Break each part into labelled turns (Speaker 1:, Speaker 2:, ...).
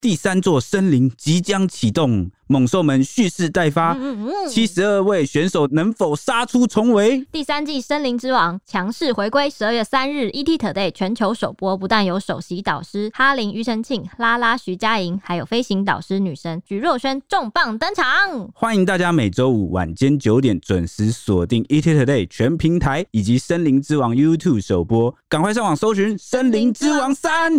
Speaker 1: 第三座森林即将启动，猛兽们蓄势待发。
Speaker 2: 嗯嗯嗯
Speaker 1: 七十二位选手能否杀出重围？
Speaker 2: 第三季《森林之王》强势回归，十二月三日，ET Today 全球首播，不但有首席导师哈林、庾澄庆、拉拉、徐佳莹，还有飞行导师女神徐若瑄重磅登场。
Speaker 1: 欢迎大家每周五晚间九点准时锁定 ET Today 全平台以及《森林之王》YouTube 首播，赶快上网搜寻《森林之王三》。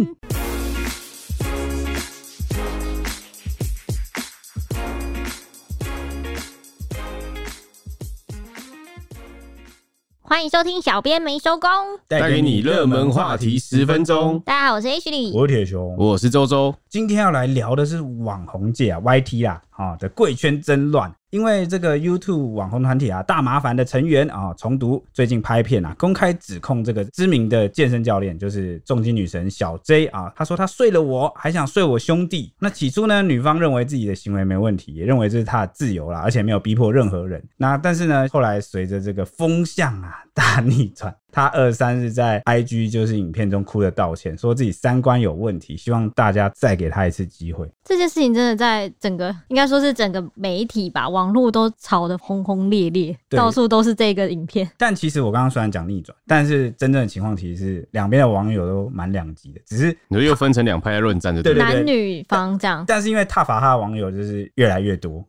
Speaker 2: 欢迎收听《小编没收工》，
Speaker 1: 哎
Speaker 3: 带给你热门话题十分钟。
Speaker 2: 大家好，我是 H 李。
Speaker 1: 我是铁熊，
Speaker 3: 我是周周，
Speaker 1: 今天要来聊的是网红界啊，YT 啦，啊的贵圈争乱。因为这个 YouTube 网红团体啊，大麻烦的成员啊，重读最近拍片啊，公开指控这个知名的健身教练，就是重击女神小 J 啊，她说她睡了我，还想睡我兄弟。那起初呢，女方认为自己的行为没问题，也认为这是她的自由啦，而且没有逼迫任何人。那但是呢，后来随着这个风向啊大逆转，她二三日在 IG 就是影片中哭着道歉，说自己三观有问题，希望大家再给她一次机会。
Speaker 2: 这件事情真的在整个，应该说是整个媒体吧，网络都吵得轰轰烈烈，
Speaker 1: 对
Speaker 2: 到处都是这个影片。
Speaker 1: 但其实我刚刚虽然讲逆转，但是真正的情况其实是两边的网友都蛮两极的，只是
Speaker 3: 你说又分成两派来论战就
Speaker 1: 对对
Speaker 2: 男女方这样，
Speaker 1: 但是因为踏伐他的网友就是越来越 多，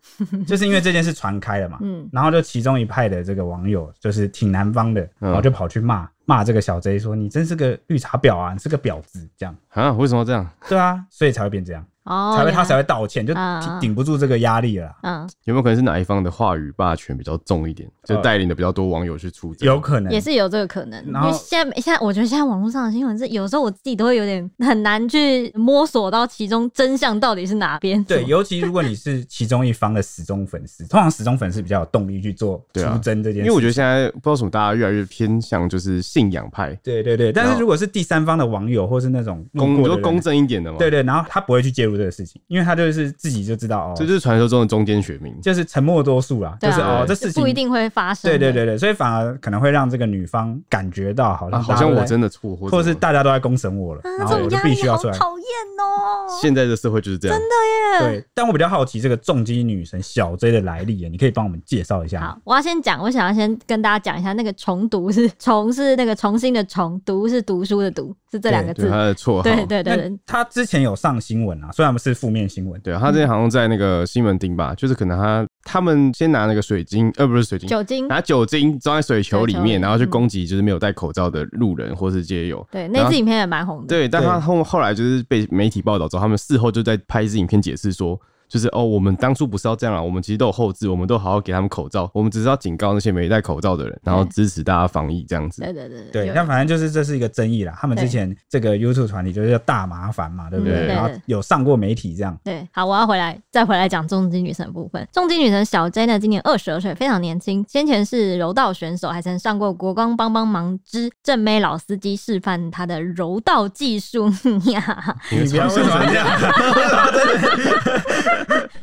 Speaker 1: 就是因为这件事传开了嘛，
Speaker 2: 嗯
Speaker 1: 然后就其中一派的这个网友就是挺南方的，
Speaker 3: 嗯
Speaker 1: 然后就跑去骂骂这个小 J 说你真是个绿茶婊啊，你是个婊子这样，
Speaker 3: 啊？为什么要这样？
Speaker 1: 对啊，所以才会变这样，
Speaker 2: 哦，
Speaker 1: 才会他
Speaker 2: 原来
Speaker 1: 才会道歉，就
Speaker 2: 啊
Speaker 1: 挺顶不住这个压力了啦。
Speaker 2: 嗯，
Speaker 3: 有没有可能是哪一方的话语霸权比较重一点，就带领的比较多网友去出征？
Speaker 1: 呃有可能
Speaker 2: 也是有这个可能。因
Speaker 1: 然后
Speaker 2: 为现在现在，我觉得现在网络上的新闻是有时候我自己都会有点 很难去摸索到其中真相到底是哪边。
Speaker 1: 对， 尤其如果你是其中一方的死忠粉丝，通常死忠粉丝比较有动力去做出
Speaker 3: 对啊
Speaker 1: 征这件事情、
Speaker 3: 因为我觉得现在不知道为什么大家越来越偏向就是信仰派，
Speaker 1: 对对对，但
Speaker 3: 然
Speaker 1: 是
Speaker 3: 后
Speaker 1: 如果是第三方的网友或是那种路嗯
Speaker 3: 公
Speaker 1: 过
Speaker 3: 你
Speaker 1: 的
Speaker 3: 说
Speaker 1: 人
Speaker 3: 公正一点的嘛，
Speaker 1: 对，对，然后他不会去介入这个事情，因为他就是自己就知道哦，
Speaker 3: 这就是传说中的中间选民。
Speaker 1: 就是沉默多数啦，
Speaker 2: 对
Speaker 1: 就
Speaker 2: 啊
Speaker 1: 是哦，这
Speaker 2: 就
Speaker 1: 事情
Speaker 2: 不一。定会发生。
Speaker 1: 对对，对对，所以反而可能会让这个女方感觉到好像
Speaker 3: 啊，好
Speaker 1: 大家
Speaker 3: 像
Speaker 1: 都
Speaker 3: 我
Speaker 1: 在
Speaker 3: 真的错，
Speaker 1: 或者是
Speaker 3: 什么
Speaker 1: 大家都在公审我了，
Speaker 2: 啊，
Speaker 1: 然
Speaker 2: 这
Speaker 1: 后
Speaker 2: 种
Speaker 1: 我就
Speaker 2: 压
Speaker 1: 必
Speaker 2: 力
Speaker 1: 须要
Speaker 2: 好啊
Speaker 1: 出来。
Speaker 2: 讨厌哦。
Speaker 3: 现在的社会就是这样，真的
Speaker 1: 对，但我比较好奇这个重击女神小 J 的来历耶，啊你可以帮我们介绍一下吗
Speaker 2: 好？，我要先讲，我想要先跟大家讲一下，那个重读是 重是那个重新的重，读是读书的读，是这两个
Speaker 3: 对
Speaker 2: 字
Speaker 3: 他。的绰号，
Speaker 2: 对对
Speaker 1: 那
Speaker 2: 对对，
Speaker 1: 她之前有上新闻啊，虽然不是负面新闻，
Speaker 3: 对啊，他之前好像在那个西门町吧，就是可能他他们先拿那个水晶，呃，不是水晶，
Speaker 2: 酒精。
Speaker 1: 啊
Speaker 3: 拿酒精装在水球里
Speaker 2: 水球里嗯
Speaker 3: 面，然后去攻击就是没有戴口罩的路人或是街友。
Speaker 2: 对，
Speaker 3: 然
Speaker 2: 那
Speaker 3: 后
Speaker 2: 支影片也蛮红的。
Speaker 3: 对，但
Speaker 1: 对
Speaker 3: 他后后来就是被媒体报道之后，他们事后就在拍一支影片解释说，就是哦，我们当初不是要这样啊，我们其实都有后置，我们都好好给他们口罩，我们只是要警告那些没戴口罩的人，然后支持大家防疫这样子。
Speaker 2: 对对对
Speaker 1: 对，
Speaker 2: 有
Speaker 1: 但反正就是这是一个争议啦。他们之
Speaker 2: 对
Speaker 1: 前这个 YouTube 团体就是叫大麻烦嘛，对不
Speaker 3: 嗯
Speaker 1: 对？
Speaker 3: 对
Speaker 1: 然后有上过媒体这样。
Speaker 2: 对，好，我要回来，再回来讲重金女神的部分。重金女神小 J 呢，今年二十二岁，非常年轻。先前是柔道选手，还曾上过《国光帮帮忙之正妹老司机》，示范她的柔道技术 呀。
Speaker 3: 你，
Speaker 1: 不要为什么这样？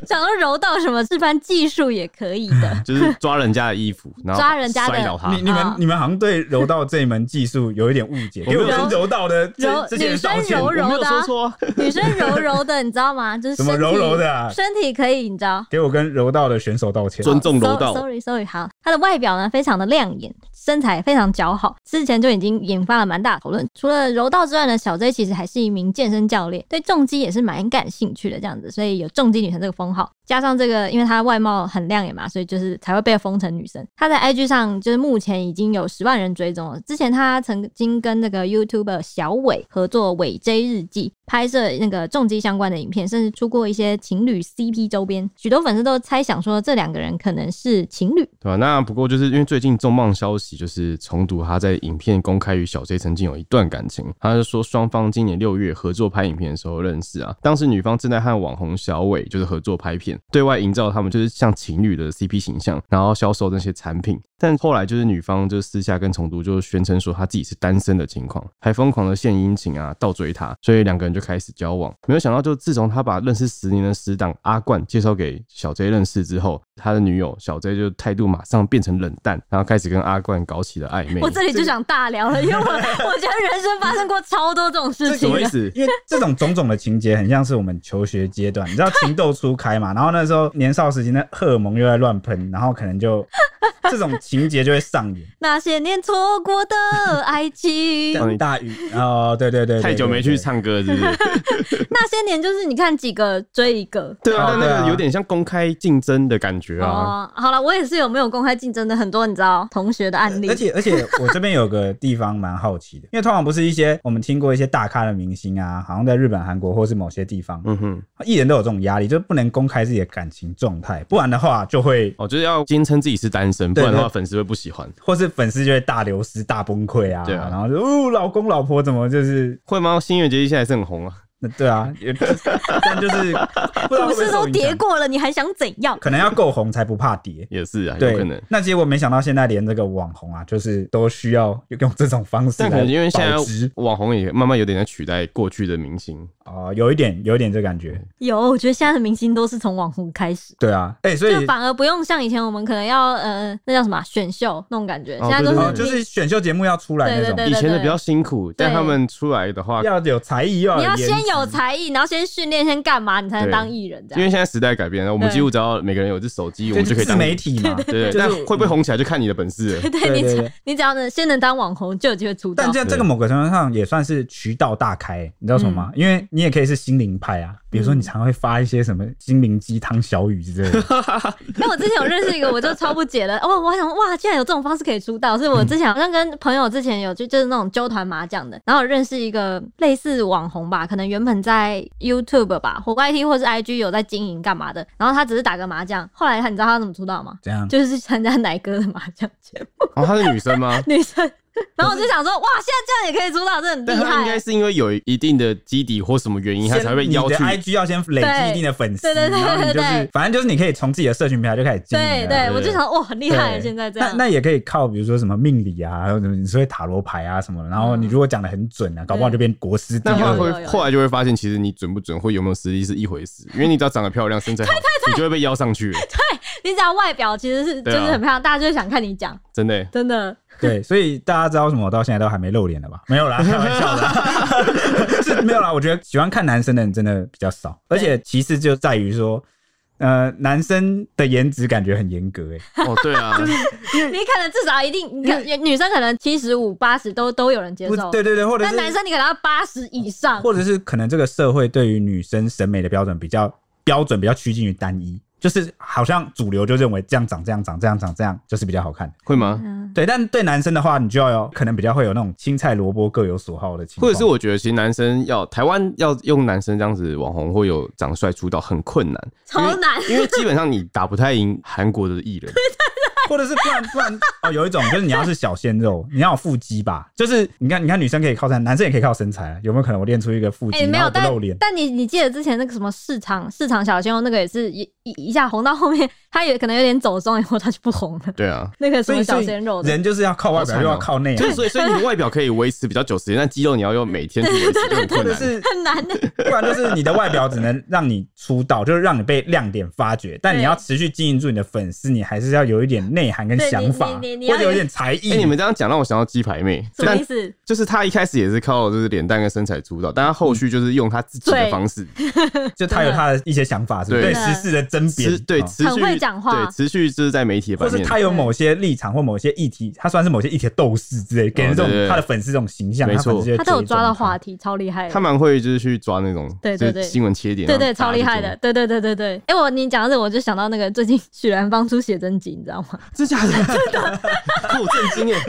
Speaker 2: 想说柔道什么示范技术也可以 的
Speaker 3: 就是抓人家的衣服，然后
Speaker 2: 抓人家的
Speaker 3: 摔倒他。
Speaker 1: 你你们
Speaker 2: 啊
Speaker 1: 你们好像对柔道这一门技术有一点误解，给
Speaker 3: 我没有
Speaker 1: 我跟柔道的这
Speaker 2: 柔
Speaker 1: 这些人道
Speaker 2: 女
Speaker 1: 歉
Speaker 2: 生。柔柔
Speaker 3: 我没有
Speaker 2: 的啊
Speaker 3: 说错啊，
Speaker 2: 女生柔柔的，你知道吗？就是
Speaker 1: 怎么
Speaker 2: 身体
Speaker 1: 柔柔的啊
Speaker 2: 身体可以，你知道。
Speaker 1: 给我跟柔道的选手道歉。
Speaker 3: 尊重柔
Speaker 2: So-
Speaker 3: 道。
Speaker 2: Sorry Sorry，好，她的外表呢非常的亮眼，身材非常姣好，之前就已经引发了蛮大的讨论。除了柔道之外呢，小 J 其实还是一名健身教练，对重击也是蛮感兴趣的这样子，所以有重击女神这个封号。加上这个，因为她外貌很亮眼嘛，所以就是才会被封成女神。她在 IG 上就是目前已经有十万人追踪了。之前她曾经跟那个 YouTuber 小伟合作《伟 J 日记》，拍摄那个重击相关的影片，甚至出过一些情侣 CP 周边。许多粉丝都猜想说，这两个人可能是情侣。
Speaker 3: 对吧、那不过就是因为最近重磅消息，就是重读他在影片公开与小 J 曾经有一段感情，他就说双方今年六月合作拍影片的时候认识啊，当时女方正在和网红小伟就是合作拍片，对外营造他们就是像情侣的 CP 形象，然后销售那些产品。但后来就是女方就私下跟重读就宣称说她自己是单身的情况，还疯狂的献殷勤啊，倒追他，所以两个人就开始交往。没有想到，就自从他把认识十年的死党阿冠介绍给小 J 认识之后，他的女友小 J 就态度马上变成冷淡，然后开始跟阿冠搞起了暧昧。
Speaker 2: 我这里就想大聊了，因为 我我觉得人生发生过超多这种事
Speaker 3: 什
Speaker 2: 情
Speaker 3: 么意
Speaker 2: 的。
Speaker 3: 思？
Speaker 1: 因为这种种种的情节，很像是我们求学阶段，你 知道情窦初开嘛？然后那时候年少时期，那荷尔蒙又在乱喷，然后可能就这种情节就会上演。
Speaker 2: 那些年错过 的爱情，
Speaker 1: 像大雨哦，对对对对
Speaker 3: 太久没去，唱歌，是不是？
Speaker 2: 那些年就是你看几个追一个。
Speaker 3: 对啊，
Speaker 1: 哦
Speaker 3: 但
Speaker 1: 对
Speaker 3: 那
Speaker 1: 啊
Speaker 3: 个有点像公开竞争的感觉啊。
Speaker 2: 哦，好了，我也是有没有公开竞争的很多，你知道同学的案例
Speaker 1: 对。对对而且而且，我这边有个地方蛮好奇的，因为通常不是一些我们听过一些大咖的明星啊，好像在日本、韩国或是某些地方，
Speaker 3: 嗯哼，
Speaker 1: 艺人都有这种压力，就是不能公开自己的感情状态，不然的话就会
Speaker 3: 哦，就是要坚称自己是单身，不
Speaker 1: 对
Speaker 3: 然的话
Speaker 1: 对
Speaker 3: 粉丝会不喜欢。
Speaker 1: 或是粉丝就会大流失、大崩溃啊。
Speaker 3: 对啊
Speaker 1: 然后就哦，老公老婆怎么就是
Speaker 3: 会吗？新月结衣现在还是很红啊。
Speaker 1: 那对啊，也但就是 不知道
Speaker 2: 股
Speaker 1: 会不会
Speaker 2: 市
Speaker 1: 受
Speaker 2: 都
Speaker 1: 影
Speaker 2: 跌
Speaker 1: 响，
Speaker 2: 过了，你还想怎 样？
Speaker 1: 可能要够红才不怕跌。
Speaker 3: 也是啊，有
Speaker 1: 对
Speaker 3: 可能。，
Speaker 1: 那结果没想到现在连这个网红啊，就是都需要用这种方式
Speaker 3: 但可
Speaker 1: 来
Speaker 3: 能因为现在
Speaker 1: 保值
Speaker 3: 网红也慢慢有点在取代过去的明星，
Speaker 1: 哦、有一点有一点这感觉。
Speaker 3: 嗯
Speaker 2: 有，我觉得现在的明星都是从网红开始。
Speaker 1: 对啊，哎、所以
Speaker 2: 就反而不用像以前我们可能要呃，那叫什么啊选秀那种感觉，
Speaker 3: 哦
Speaker 2: 现在都
Speaker 3: 对
Speaker 1: 哦，
Speaker 2: 是
Speaker 3: 对
Speaker 1: 就是选秀节目要出来那种，
Speaker 2: 对
Speaker 3: 以
Speaker 2: 对
Speaker 3: 前的比较辛苦，但他们出来的话，
Speaker 1: 要有才艺，要
Speaker 2: 你要
Speaker 1: 颜
Speaker 2: 先有
Speaker 1: 值
Speaker 2: 才艺，然后先训练，先干嘛，你才能
Speaker 3: 对
Speaker 2: 当艺人这
Speaker 3: 因
Speaker 2: 样。
Speaker 3: 为现在时代改变了，我们
Speaker 2: 对
Speaker 3: 几乎只要每个人有一只手机，我
Speaker 1: 对
Speaker 3: 们就可以
Speaker 1: 自
Speaker 3: 当
Speaker 1: 媒。体嘛。
Speaker 3: 对，
Speaker 1: 就是
Speaker 3: 但会不会红起来就看你的本事 了。
Speaker 2: 对对，你
Speaker 1: 对
Speaker 2: 只
Speaker 1: 对
Speaker 2: 你只要能先能当网红，就有机会出道
Speaker 1: 但。这这个某个程度上也算是渠道大开，你知道什么吗？
Speaker 2: 嗯
Speaker 1: 因为你也可以是心灵派啊，比如说你常会发一些什么心灵鸡汤小语之类 的，
Speaker 2: 因为我之前有认识一个，我就超不解的。哦，我还想哇，竟然有这种方式可以出道。是我之前好像跟朋友之前有就就是那种纠团麻将的，然后有认识一个类似网红吧，可能原本在 YouTube 吧或 YT 或是 IG 有在经营干嘛的，然后他只是打个麻将，后来他你知道他怎么出道吗？
Speaker 1: 这样
Speaker 2: 就是参加奶哥的麻将节目，？
Speaker 3: 哦，她是女生吗
Speaker 2: 女生。然后我就想说，哇，现在这样也可以出道，这很厉
Speaker 3: 但她应
Speaker 2: 害欸
Speaker 3: 该。是因为有一定的基底或什么原因，她
Speaker 1: 先
Speaker 3: 才会邀
Speaker 1: 你的
Speaker 3: 去
Speaker 1: IG 要先累积一定的粉丝，
Speaker 2: 对对对对
Speaker 1: 然后你就
Speaker 2: 对对
Speaker 1: 是
Speaker 2: 对
Speaker 1: 反正就是你可以从自己的社群平台就开始经营
Speaker 2: 对
Speaker 1: 了。
Speaker 2: 对，
Speaker 3: 啊对
Speaker 2: 我就想，哇，很厉
Speaker 1: 对
Speaker 2: 害，欸现在这样。
Speaker 1: 那那也可以靠，比如说什么命理啊，还有什么你说塔罗牌啊什么的，然
Speaker 2: 嗯
Speaker 1: 后你如果讲的很准啊，搞不好就变国师第
Speaker 3: 但
Speaker 1: 二
Speaker 3: 后
Speaker 2: 有
Speaker 3: 来
Speaker 2: 有
Speaker 1: 了。
Speaker 2: 有
Speaker 3: 会后来就会发现，其实你准不准或有没有实力是一回事，因为你只要长得漂亮、身材好，你就会被邀上去了，
Speaker 2: 你只要外表其实是就
Speaker 3: 对啊
Speaker 2: 是很漂亮，大家就会想看你讲，
Speaker 3: 真的欸。
Speaker 2: 真的。
Speaker 1: 对，所以大家知道为什么我到现在都还没露脸了 吧？没有啦，开玩笑的，是没有啦。我觉得喜欢看男生的人真的比较少，而且其次就在于说，呃，男生的颜值感觉很严格、欸，
Speaker 3: 哦，对啊，
Speaker 2: 你可能至少一定，你看女生可能七十五、八十都都有人接
Speaker 1: 不，
Speaker 2: 受，
Speaker 1: 对对对，或者
Speaker 2: 但
Speaker 1: 是
Speaker 2: 男生你可能要八十以上。
Speaker 1: 或者是可能这个社会对于女生审美的标准比较标准比较趋近于单一，就是好像主流就认为这样长这样长这样长这样就是比较好看。
Speaker 3: 会吗？
Speaker 2: 嗯，
Speaker 1: 对，但对男生的话，你就要有可能比较会有那种青菜萝卜各有所好的情况，
Speaker 3: 或者是我觉得，其实男生要台湾要用男生这样子网红或有长帅出道很困 难，
Speaker 2: 超难
Speaker 3: 因为，因为基本上你打不太赢韩国的 艺人，
Speaker 1: 或者是不然不然哦，有一种就是你要是小鲜肉，你要有腹肌吧，就是你看你看女生可以靠身材，男生也可以靠身材，啊有没有可能我练出一个腹肌，
Speaker 2: 哎，没
Speaker 1: 然
Speaker 2: 有，
Speaker 1: 后不
Speaker 2: 但
Speaker 1: 露脸？
Speaker 2: 但你你记得之前那个什么市场市场小鲜肉那个也是一一一下红到后面，他也可能有点走中以后他就不红了。
Speaker 3: 对啊。
Speaker 2: 那个什
Speaker 1: 所
Speaker 2: 么
Speaker 1: 以所
Speaker 2: 小
Speaker 1: 以
Speaker 2: 鲜肉的，
Speaker 1: 人就是要靠外
Speaker 3: 好
Speaker 1: 表，
Speaker 3: 惨哦
Speaker 1: 又要靠 内
Speaker 3: 就
Speaker 1: 涵
Speaker 3: 是。所以，所以你外表可以维持比较久时间，但肌肉你要用每天去维持就 很
Speaker 1: 或
Speaker 3: 困
Speaker 1: 者
Speaker 3: 难。
Speaker 1: 是
Speaker 2: 很难的。
Speaker 1: 不然就是你的外表只能让你出道， 就是让你被亮点发掘，但你要持续经营住你的粉丝，你还是要有一点内涵跟
Speaker 2: 对
Speaker 1: 想法，
Speaker 2: 你你你你
Speaker 1: 或
Speaker 2: 要
Speaker 1: 者有一点才艺。
Speaker 3: 哎、你们这样讲让我想到鸡排妹，
Speaker 2: 什么
Speaker 3: 但
Speaker 2: 意思？
Speaker 3: 就是她一开始也是靠就是脸蛋跟身材出道，但她后续就是用她自己的
Speaker 2: 对
Speaker 3: 方 式，
Speaker 1: 就他有他的一些想法，是不是
Speaker 3: 对
Speaker 1: 对时事的甄别
Speaker 3: 持，对
Speaker 1: 哦
Speaker 3: 持续
Speaker 2: 很会讲话
Speaker 3: 对持续就是在媒体
Speaker 1: 或
Speaker 3: 方
Speaker 1: 是
Speaker 3: 面，
Speaker 1: 他有某些立场或某些议题，他算是某些议题的斗士之类，给人这
Speaker 3: 哦对对
Speaker 1: 种
Speaker 3: 对
Speaker 1: 他的粉丝这种形象，
Speaker 3: 没
Speaker 1: 他
Speaker 3: 错
Speaker 1: 粉丝就会
Speaker 2: 他都有抓
Speaker 1: 追踪
Speaker 2: 到
Speaker 1: 他哦
Speaker 2: 话。题，超厉害的。
Speaker 3: 他蛮会就是去抓那种
Speaker 2: 对对
Speaker 3: 就
Speaker 2: 对
Speaker 3: 是新闻切点，啊
Speaker 2: 对
Speaker 3: 然
Speaker 2: 对，
Speaker 3: 后大
Speaker 2: 超
Speaker 3: 家
Speaker 2: 厉
Speaker 3: 去
Speaker 2: 害
Speaker 3: 做
Speaker 2: 的，，对对对对对。哎、我你讲到这，我就想到那个最近许兰芳出写真集，你知道吗？
Speaker 3: 真假的？真的， 好震惊哎！。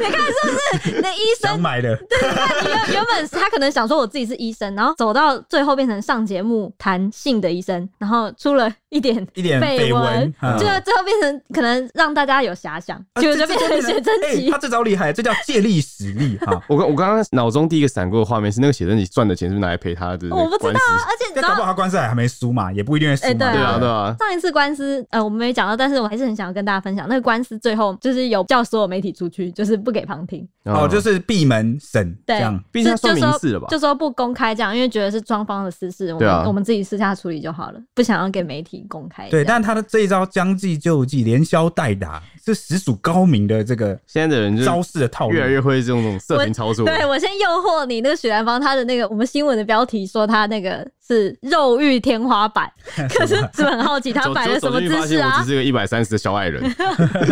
Speaker 2: 那医
Speaker 1: 想
Speaker 2: 生，
Speaker 1: 买的，
Speaker 2: 你 原原本是他可能想说我自己是医生，然后走到最后变成上节目谈性的医生，然后出了一点
Speaker 1: 一点
Speaker 2: 绯
Speaker 1: 闻
Speaker 2: 闻，，
Speaker 1: 嗯
Speaker 2: 就最后变成可能让大家有遐想，结果就变成写真
Speaker 1: 哎
Speaker 2: 集
Speaker 1: 他。啊这招厉害，这叫借力使力哈
Speaker 3: 我刚我刚刚脑中第一个闪过的画面是那个写真集赚的钱是不是拿来赔他的
Speaker 2: 我不知
Speaker 3: 官
Speaker 2: 道啊，
Speaker 3: 司？
Speaker 2: 而且你知
Speaker 1: 但哎搞不
Speaker 2: 道
Speaker 1: 好他官司还还没输嘛，也不一定会输
Speaker 2: 哎
Speaker 1: 嘛。
Speaker 2: 对啊
Speaker 3: 对啊对啊，
Speaker 2: 上一次官司，呃，我们没讲到，但是我还是很想要跟大家分享，那个官司最后就是有教叫所有媒体出去，就是不给旁听，
Speaker 1: 哦，就是闭门审这
Speaker 2: 对
Speaker 1: 样。
Speaker 3: 嗯毕竟他算
Speaker 2: 就就
Speaker 3: 民
Speaker 2: 说
Speaker 3: 事了吧？
Speaker 2: 就说不公开这样，因为觉得是双方的私事，我
Speaker 3: 对
Speaker 2: 们、
Speaker 3: 啊
Speaker 2: 我们自己私下处理就好了，不想要给媒体公开这
Speaker 1: 对，
Speaker 2: 样。
Speaker 1: 但他的这一招将计就计，连消带打，是实属高明的这个
Speaker 3: 现在的人就
Speaker 1: 招式的套路。
Speaker 3: 越来越会这种这种色情操作，
Speaker 2: 对我先诱惑你，那个许兰芳她的那个我们新闻的标题说她那个是肉欲天花 板，可是只很好奇她
Speaker 3: 走
Speaker 2: 摆了
Speaker 3: 走
Speaker 2: 什
Speaker 3: 走
Speaker 2: 么
Speaker 3: 进去
Speaker 2: 姿
Speaker 3: 发
Speaker 2: 势
Speaker 3: 现我
Speaker 2: 啊
Speaker 3: 只？是个一百三十的小矮人，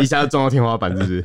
Speaker 3: 一下就撞到天花板，是不是？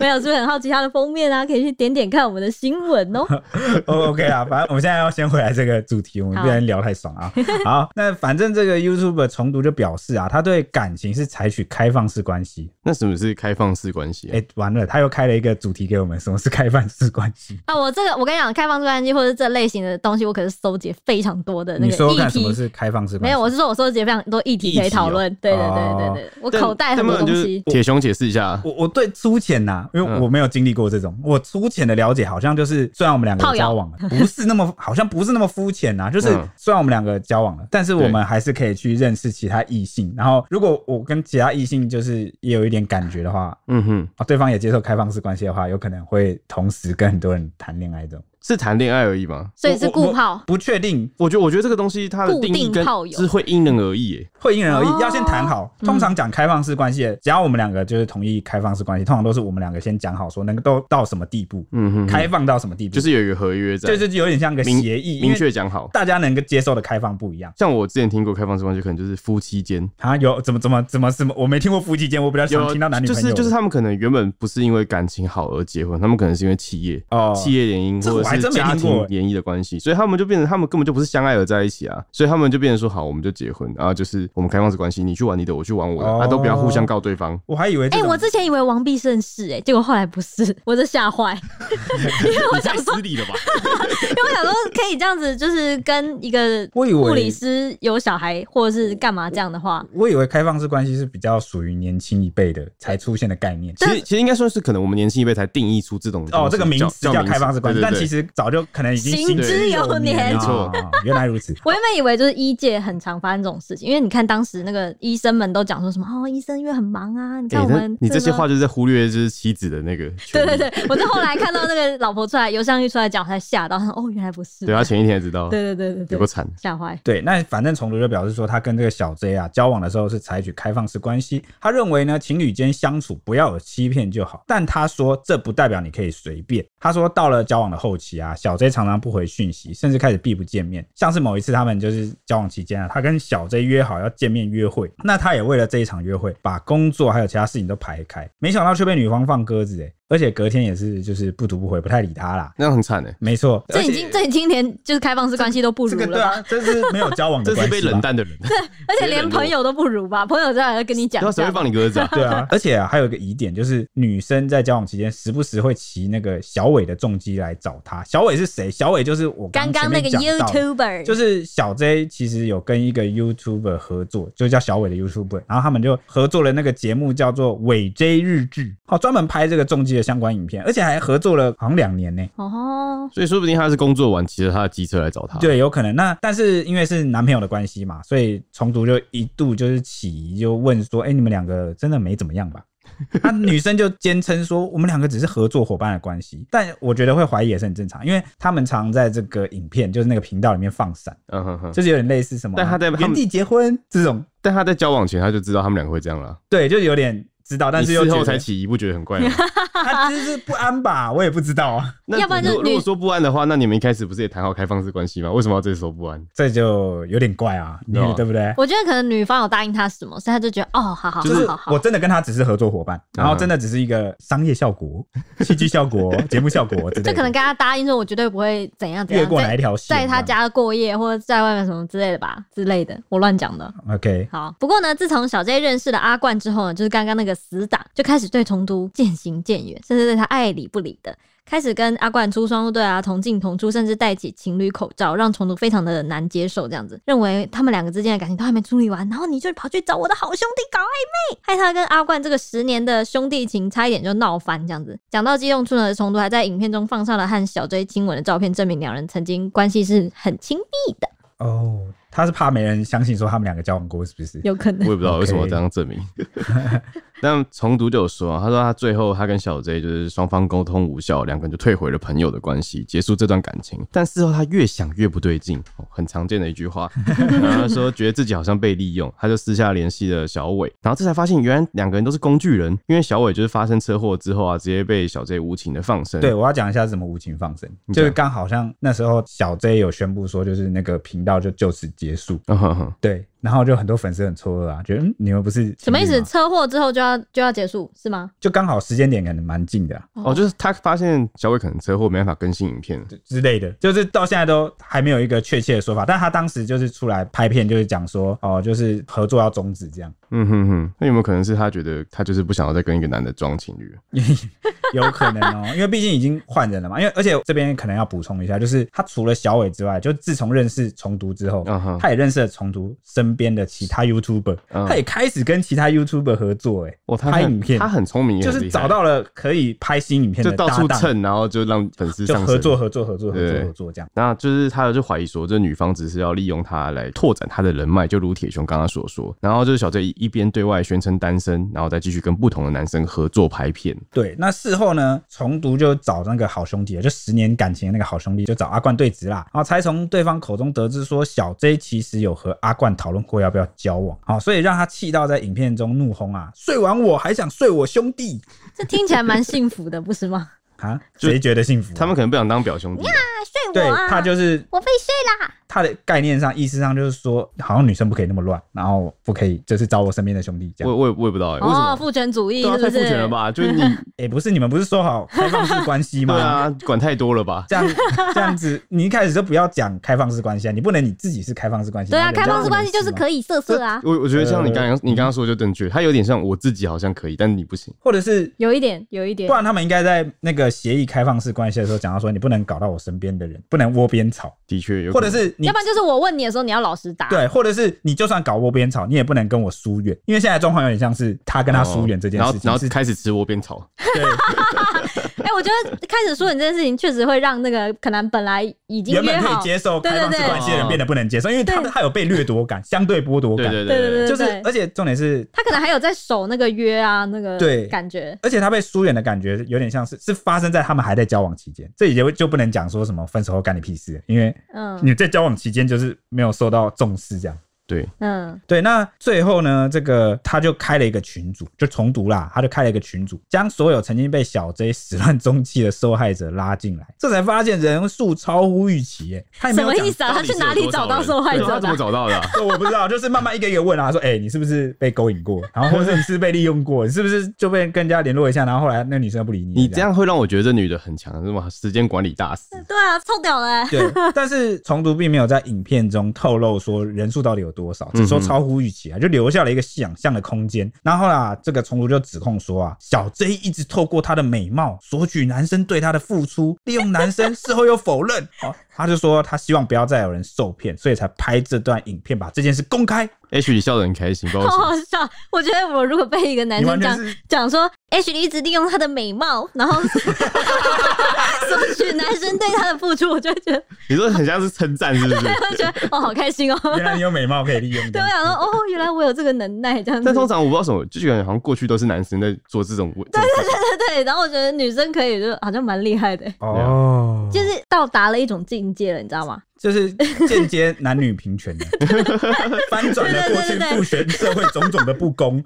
Speaker 2: 没有，是不是很好奇她的封面啊？可以去点点看我们的新闻 哦。
Speaker 1: O OK 啊，反正我们现在要先回来这个主题，我们
Speaker 2: 好
Speaker 1: 不然聊太爽 啊。好，那反正这个 YouTube 重读就表示啊，他对感情是采取开放式关系。
Speaker 3: 那什么是开放式关系啊、
Speaker 1: 哎、完了，他又开了一个主题给我们，什么是开放式关系？
Speaker 2: 啊，我这个我跟你讲，开放式关系或者这类型的东西，我可是搜集非常多的那
Speaker 1: 你
Speaker 2: 个
Speaker 1: 说说
Speaker 2: 议
Speaker 1: 看什么
Speaker 2: 题。
Speaker 1: 是开放式关系？
Speaker 2: 没有，我是说我搜集非常多议
Speaker 3: 议
Speaker 2: 题
Speaker 3: 题
Speaker 2: 可以讨论。对对
Speaker 1: 哦
Speaker 2: 对对对， 我
Speaker 3: 但
Speaker 2: 口袋很
Speaker 3: 但
Speaker 2: 多
Speaker 3: 不然
Speaker 2: 东
Speaker 3: 就是
Speaker 2: 西。
Speaker 3: 铁熊解释一下，
Speaker 1: 我我对粗浅呐、因为
Speaker 3: 嗯
Speaker 1: 我没有经历过这种，我粗浅的了解好像就是，虽然我们两个有
Speaker 2: 炮友
Speaker 1: 交往了，不是那么好像不是那么肤浅呐，就是
Speaker 3: 嗯
Speaker 1: 虽然我们两个交往了，但是我们还是可以去认识其他异性。然后如果我跟其他异性就是也有一点感觉的话，
Speaker 3: 嗯哼，
Speaker 1: 啊，对方也接受开放式关系的话，有可能会同时跟很多人谈恋爱这种。
Speaker 3: 是谈恋爱而已吗？
Speaker 2: 所以是
Speaker 1: 我我
Speaker 2: 固炮
Speaker 1: 我，不确定，
Speaker 3: 我觉得，我觉得这个东西它的
Speaker 2: 固
Speaker 3: 定义
Speaker 2: 定
Speaker 3: 跟
Speaker 2: 炮友
Speaker 3: 是会因人而异耶。
Speaker 1: 会因人而异，
Speaker 2: 哦
Speaker 1: 要先谈好。通常讲开放式关系的，只要我们两个就是同意开放式关系，通常都是我们两个先讲好说能够到什么地步，
Speaker 3: 嗯哼，
Speaker 1: 开放到什么地步，
Speaker 3: 就是有一个合约在，
Speaker 1: 就是有点像个
Speaker 3: 明
Speaker 1: 协议，
Speaker 3: 明
Speaker 1: 因为
Speaker 3: 确讲好。
Speaker 1: 大家能够接受的开放不一样
Speaker 3: 像我之前听过开放式关系，可能就是夫妻间
Speaker 1: 啊。有怎么怎么怎么什么，我没听过夫妻间，我比较
Speaker 3: 有
Speaker 1: 想听到男女
Speaker 3: 就
Speaker 1: 朋友
Speaker 3: 是
Speaker 1: 的。
Speaker 3: 就是他们可能原本不是因为感情好而结婚，他们可能是因为企业。
Speaker 1: 哦，
Speaker 3: 企业联姻
Speaker 1: 这
Speaker 3: 或
Speaker 1: 我
Speaker 3: 者
Speaker 1: 还
Speaker 3: 是
Speaker 1: 真没
Speaker 3: 家
Speaker 1: 听过欸
Speaker 3: 庭联谊的关系，所以他们就变成他们根本就不是相爱而在一起啊，所以他们就变成说好，我们就结婚啊，就是我们开放式关系，你去玩你的，我去玩我的，
Speaker 1: 哦
Speaker 3: 啊都不要互相告对方。
Speaker 1: 我还以为这
Speaker 2: 哎、
Speaker 1: 种
Speaker 2: 我之前以为王必胜是哎、结果后来不是，我这吓坏，因为我想
Speaker 3: 太
Speaker 2: 说，
Speaker 3: 失礼了吧？
Speaker 2: 因为我想说可以这样子，就是跟一个
Speaker 1: 我以为
Speaker 2: 护理师有小孩或者是干嘛这样的话，
Speaker 1: 我以为开放式关系是比较属于年轻一辈的才出现的概念。
Speaker 3: 其实其实应该算是可能我们年轻一辈才定义出这种
Speaker 1: 哦，这个名词叫开放式关系，但其
Speaker 3: 实
Speaker 1: 实早就可能已经
Speaker 2: 行
Speaker 1: 行
Speaker 3: 之
Speaker 1: 有
Speaker 2: 有年
Speaker 1: 了
Speaker 3: 没错
Speaker 1: 哦原来如此。
Speaker 2: 我原本以为就是医界很常发生这种事情，因为你看当时那个医生们都讲说什么哦，医生因为很忙啊，你看我们、
Speaker 3: 你这些话。就是在忽略就是妻子的那个 权
Speaker 2: 对
Speaker 3: 利
Speaker 2: 对，对，我是后来看到那个老婆出来，尤尚玉出来讲，我才吓到，她说哦，原来不是。啊
Speaker 3: 对他前一天才知道，
Speaker 2: 对对对
Speaker 3: 有
Speaker 2: 对对，
Speaker 3: 个惨。
Speaker 2: 吓坏。
Speaker 1: 对，那反正重读就表示说，他跟这个小 J 啊交往的时候是采取开放式关系，他认为呢情侣间相处不要有欺骗就好，但他说这不代表你可以随便。他说到了交往的后期啊，小 J 常常不回讯息，甚至开始避不见面。像是某一次他们就是交往期间啊，他跟小 J 约好要见面约会，那他也为了这一场约会，把工作还有其他事情都排开，没想到却被女方放鸽子诶、而且隔天也是就是不读不回，不太理他啦。
Speaker 3: 那样很惨哎、
Speaker 1: 没错，
Speaker 2: 这已经这已经连就是开放式关系都不
Speaker 1: 这
Speaker 2: 如
Speaker 1: 个
Speaker 2: 了
Speaker 1: 对
Speaker 2: 吧，
Speaker 1: 啊，这是没有交往的
Speaker 3: 这
Speaker 1: 关
Speaker 3: 是
Speaker 1: 系吧，
Speaker 3: 被冷淡的人，
Speaker 2: 而且
Speaker 3: 谁冷
Speaker 2: 连
Speaker 3: 落
Speaker 2: 朋友都不如吧？朋友这样还跟 你讲
Speaker 3: 然后
Speaker 2: 一
Speaker 3: 谁
Speaker 2: 下
Speaker 3: 会
Speaker 2: 吧，
Speaker 3: 放你鸽子啊？
Speaker 1: 对啊，而且、啊、还有一个疑点就是，女生在交往期间时不时会骑那个小伟的重机来找他。小伟是谁？小伟就是我
Speaker 2: 刚
Speaker 1: 刚
Speaker 2: 刚那个
Speaker 1: 前面讲到的
Speaker 2: YouTuber
Speaker 1: 就是小 J 其实有跟一个 YouTuber 合作，就叫小伟的 YouTuber，然后他们就合作了那个节目叫做《伟 J 日志》，好专门拍这个重机的相关影片，而且还合作了好像两年呢、
Speaker 2: 哦，
Speaker 3: 所以说不定他是工作完骑着他的机车来找他。，
Speaker 1: 对，有可能。那但是因为是男朋友的关系嘛，所以重读就一度就是起疑，就问说：“哎、你们两个真的没怎么样吧？”那、女生就坚称说：“我们两个只是合作伙伴的关系。”但我觉得会怀疑也是很正常，因为他们常在这个影片就是那个频道里面放闪，
Speaker 3: 嗯哼哼。
Speaker 1: 就是有点类似什么，
Speaker 3: 但他在他
Speaker 1: 原
Speaker 3: 们
Speaker 1: 地结婚这种，
Speaker 3: 但他在交往前他就知道他们两个会这样了，
Speaker 1: 对，就有点知道，但是又
Speaker 3: 你事
Speaker 1: 觉
Speaker 3: 后
Speaker 1: 得
Speaker 3: 才起疑，不觉得很怪吗？
Speaker 1: 他就是不安吧，我也不知道啊，
Speaker 3: 那
Speaker 2: 要不然就
Speaker 3: 如果如果
Speaker 2: 你
Speaker 3: 说不安的话，那你们一开始不是也谈好开放式关系吗？为什么要这时候不安？
Speaker 1: 这就有点怪啊，你
Speaker 3: 对啊
Speaker 1: 对不对？
Speaker 2: 我觉得可能女方有答应他什么，所以他就觉得哦，好好好
Speaker 1: 就是
Speaker 2: 好好
Speaker 1: 我，真的跟他只是合作伙伴，
Speaker 3: 嗯
Speaker 1: 然后真的只是一个商业效 果、戏剧效果、节目效果之类的，
Speaker 2: 就可能跟他答应说，我绝对不会怎样怎
Speaker 1: 越
Speaker 2: 样，
Speaker 1: 过哪一
Speaker 2: 在
Speaker 1: 条线，啊
Speaker 2: 在他。家过夜或者在外面什么之类的吧，之类的，我乱讲的。
Speaker 1: OK，
Speaker 2: 好，不过呢，自从小 J 认识了阿冠之后呢，就是刚刚那个死党就开始对重都渐行渐远，甚至对他爱理不理的，开始跟阿冠出双入对啊，同进同出，甚至戴起情侣口罩，让重都非常的难接受，这样子认为他们两个之间的感情都还没处理完，然后你就跑去找我的好兄弟搞暧昧，害他跟阿冠这个十年的兄弟情差一点就闹翻，这样子。讲到激动处呢，重都还在影片中放上了和小 J 亲吻的照片，证明两人曾经关系是很亲密的，
Speaker 1: 哦、他是怕没人相信说他们两个交往过，是不是？
Speaker 2: 有可能
Speaker 3: 我也。不知道
Speaker 1: OK
Speaker 3: 为什么要这样证明。 但重读就有说啊，他说他最后他跟小 J 就是双方沟通无效，两个人就退回了朋友的关系，结束这段感情。但事后他越想越不对劲，哦很常见的一 句话。然后他说觉得自己好像被利用，他就私下联系了小伟，然后这才发现原来两个人都是工具人，因为小伟就是发生车祸之后啊，直接被小 J 无情的放生。
Speaker 1: 对，我要讲一下是怎么无情放生，
Speaker 3: 你
Speaker 1: 就是
Speaker 3: 讲
Speaker 1: 刚好像那时候小 J 有宣布说，就是那个频道就就此结束，
Speaker 3: 嗯哼哼，
Speaker 1: 对，然后就很多粉丝很错愕啊，觉得、嗯、你们不是情侣
Speaker 2: 什么意思？
Speaker 1: 吗？
Speaker 2: 车祸之后就要就要结束是吗？
Speaker 1: 就刚好时间点可能蛮近的啊、
Speaker 3: 哦，就是他发现小伟可能车祸没办法更新影片，
Speaker 1: 之类的，就是到现在都还没有一个确切的说法。但他当时就是出来拍片，就是讲说哦，就是合作要终止这样，
Speaker 3: 嗯哼哼，那有没有可能是他觉得他就是不想要再跟一个男的装情侣？
Speaker 1: 有可能哦，因为毕竟已经换人了嘛。因为而且这边可能要补充一下，就是他除了小伟之外，就自从认识重读之后
Speaker 3: 嗯哼
Speaker 1: 他也认识了重读身边的其他 YouTuber，、
Speaker 3: 嗯
Speaker 1: 他也开始跟其他 YouTuber 合作、欸，
Speaker 3: 哦，他
Speaker 1: 拍
Speaker 3: 很
Speaker 1: 影片，
Speaker 3: 他很聪明，也
Speaker 1: 就
Speaker 3: 很
Speaker 1: 是
Speaker 3: 厉害
Speaker 1: 找到了可以拍新影片
Speaker 3: 就
Speaker 1: 的
Speaker 3: 到
Speaker 1: 搭
Speaker 3: 处
Speaker 1: 档，
Speaker 3: 蹭，然后就让粉丝
Speaker 1: 就
Speaker 3: 上
Speaker 1: 合
Speaker 3: 升
Speaker 1: 作。合作合作合作
Speaker 3: 对
Speaker 1: 合作这样。
Speaker 3: 那就是他就怀疑说，这女方只是要利用他来拓展他的人脉，就如铁雄刚刚所说。然后就是小 J 一边对外宣称单身，然后再继续跟不同的男生合作拍片。
Speaker 1: 对，那事后呢，重读就找那个好兄弟了，就十年感情的那个好兄弟，就找阿冠对质啦，然后才从对方口中得知说小 J 其实有和阿冠讨论过要不要交往，好、所以让他气到在影片中怒吼啊，睡完我还想睡我兄弟
Speaker 2: 这听起来蛮幸福的，不是吗？
Speaker 1: 啊，
Speaker 3: 就
Speaker 1: 谁觉得幸福啊、
Speaker 3: 他们可能不想当表兄弟，
Speaker 2: 啊，睡
Speaker 1: 对
Speaker 2: 我啊！
Speaker 1: 他就是
Speaker 2: 我被睡啦。
Speaker 1: 他的概念上、意识上就是说，好像女生不可以那么乱，然后不可以就是找我身边的兄弟这
Speaker 3: 我
Speaker 1: 样。
Speaker 3: 我也我也不知道、欸、为什
Speaker 2: 哦，
Speaker 3: 么。
Speaker 2: 父权主义
Speaker 3: 对啊，
Speaker 2: 是
Speaker 3: 太
Speaker 2: 不
Speaker 3: 父权了
Speaker 2: 是？
Speaker 3: 吧？就 是你
Speaker 1: 哎、不是你们不是说好开放式关系吗？
Speaker 3: 对啊，管太多了吧？
Speaker 1: 这样 这样子，你一开始就不要讲开放式关系啊，你不能你自己是开放式关系。
Speaker 2: 对啊，
Speaker 1: 然后人
Speaker 2: 开
Speaker 1: 家
Speaker 2: 放式关系就是
Speaker 1: 不能嘛，
Speaker 2: 可以色色啊，
Speaker 3: 我我觉得像你刚刚你刚刚说的就正确，他有点像我自己好像可以，但你不行。
Speaker 1: 或者是
Speaker 2: 有一点，有一点
Speaker 1: 不。然他们应该在那个协议开放式关系的时候讲到说，你不能搞到我身边的人，不能窝边草，
Speaker 3: 的确有可
Speaker 1: 或
Speaker 3: 能，
Speaker 1: 者是你
Speaker 2: 要不然就是我问你的时候，你要老实答。
Speaker 1: 对，或者是你就算搞窝边草，你也不能跟我疏远，因为现在状况有点像是他跟他疏远这件事
Speaker 3: 哦然
Speaker 1: 情
Speaker 3: 后然后
Speaker 1: 是。
Speaker 3: 开始吃窝边草，
Speaker 1: 对，
Speaker 2: 哎、我觉得开始疏远这件事情，确实会让那个可能本来已经
Speaker 1: 原
Speaker 2: 约
Speaker 1: 本可
Speaker 2: 好，
Speaker 1: 以接受开放式关系的人变得不能接受，因为他
Speaker 2: 对
Speaker 1: 他有被掠夺感、相对剥夺
Speaker 3: 对
Speaker 1: 感，
Speaker 3: 对
Speaker 2: 对对对，
Speaker 1: 就是
Speaker 2: 对
Speaker 1: 而且重点是
Speaker 2: 他可能还有在守那个约啊，那个
Speaker 1: 对
Speaker 2: 感觉。
Speaker 1: 而且他被疏远的感觉有点像是是发生在他们还在交往期间，这也就就不能讲说什么分手后干你屁事，因为
Speaker 2: 嗯
Speaker 1: 你在交往期间就是没有受到重视这样。
Speaker 3: 对，
Speaker 2: 嗯，
Speaker 1: 对，那最后呢，这个他就开了一个群组，就重读啦，他就开了一个群组，将所有曾经被小 J 始乱终弃的受害者拉进来，这才发现人数超乎预期耶，他也没
Speaker 2: 什
Speaker 1: 有
Speaker 2: 么
Speaker 1: 讲
Speaker 2: 意思啊？他去哪里找到受害
Speaker 3: 对
Speaker 2: 者
Speaker 3: 他怎
Speaker 2: 的
Speaker 3: 么
Speaker 2: 啊？
Speaker 3: 找到 的啊？
Speaker 1: 这我不知道，就是慢慢一个一个问啊，他说：“哎、你是不是被勾引过？然后或者你是被利用过？你是不是就被跟人家联络一下？然后后来那女生又不理你了？
Speaker 3: 你这样会让我觉得这女的很强，什么时间管理 大师。
Speaker 2: 对啊，臭屌嘞、
Speaker 1: 对，但是重读并没有在影片中透露说人数到底有多少，
Speaker 3: 嗯
Speaker 1: 只说超乎预期啊，就留下了一个想象的空间。然后啦，这个重读就指控说啊，小 J 一直透过她的美貌索取男生对她的付出，利用男生事后又否认。哦，他就说他希望不要再有人受骗，所以才拍这段影片把这件事公开。
Speaker 3: H 你笑得很开心，不知道 为
Speaker 2: 好
Speaker 3: 什么
Speaker 2: 好笑！我觉得我如果被一个男
Speaker 1: 你
Speaker 2: 生
Speaker 1: 完全
Speaker 2: 讲
Speaker 1: 是
Speaker 2: 讲说，H 一直利用她的美貌，然后 索取男生对她的付出，我就会觉得，
Speaker 3: 你说很像是称赞，是不是？
Speaker 2: 我就觉得哦，好开心哦！
Speaker 1: 原来你有美貌可以利用
Speaker 2: 对，
Speaker 1: 的
Speaker 2: 我。想说，哦，原来我有这个能耐，这样子。
Speaker 3: 但通常我不知道什么，就感觉好像过去都是男生在做这种问。对对 对，
Speaker 2: 对对，然后我觉得女生可以，就好像蛮厉害的，
Speaker 3: 啊
Speaker 1: 哦，
Speaker 2: 就是到达了一种境界了，你知道吗？
Speaker 1: 就是间接男女平权的， 翻转了过去
Speaker 2: 对对对对
Speaker 1: 父权社会种种的不 公，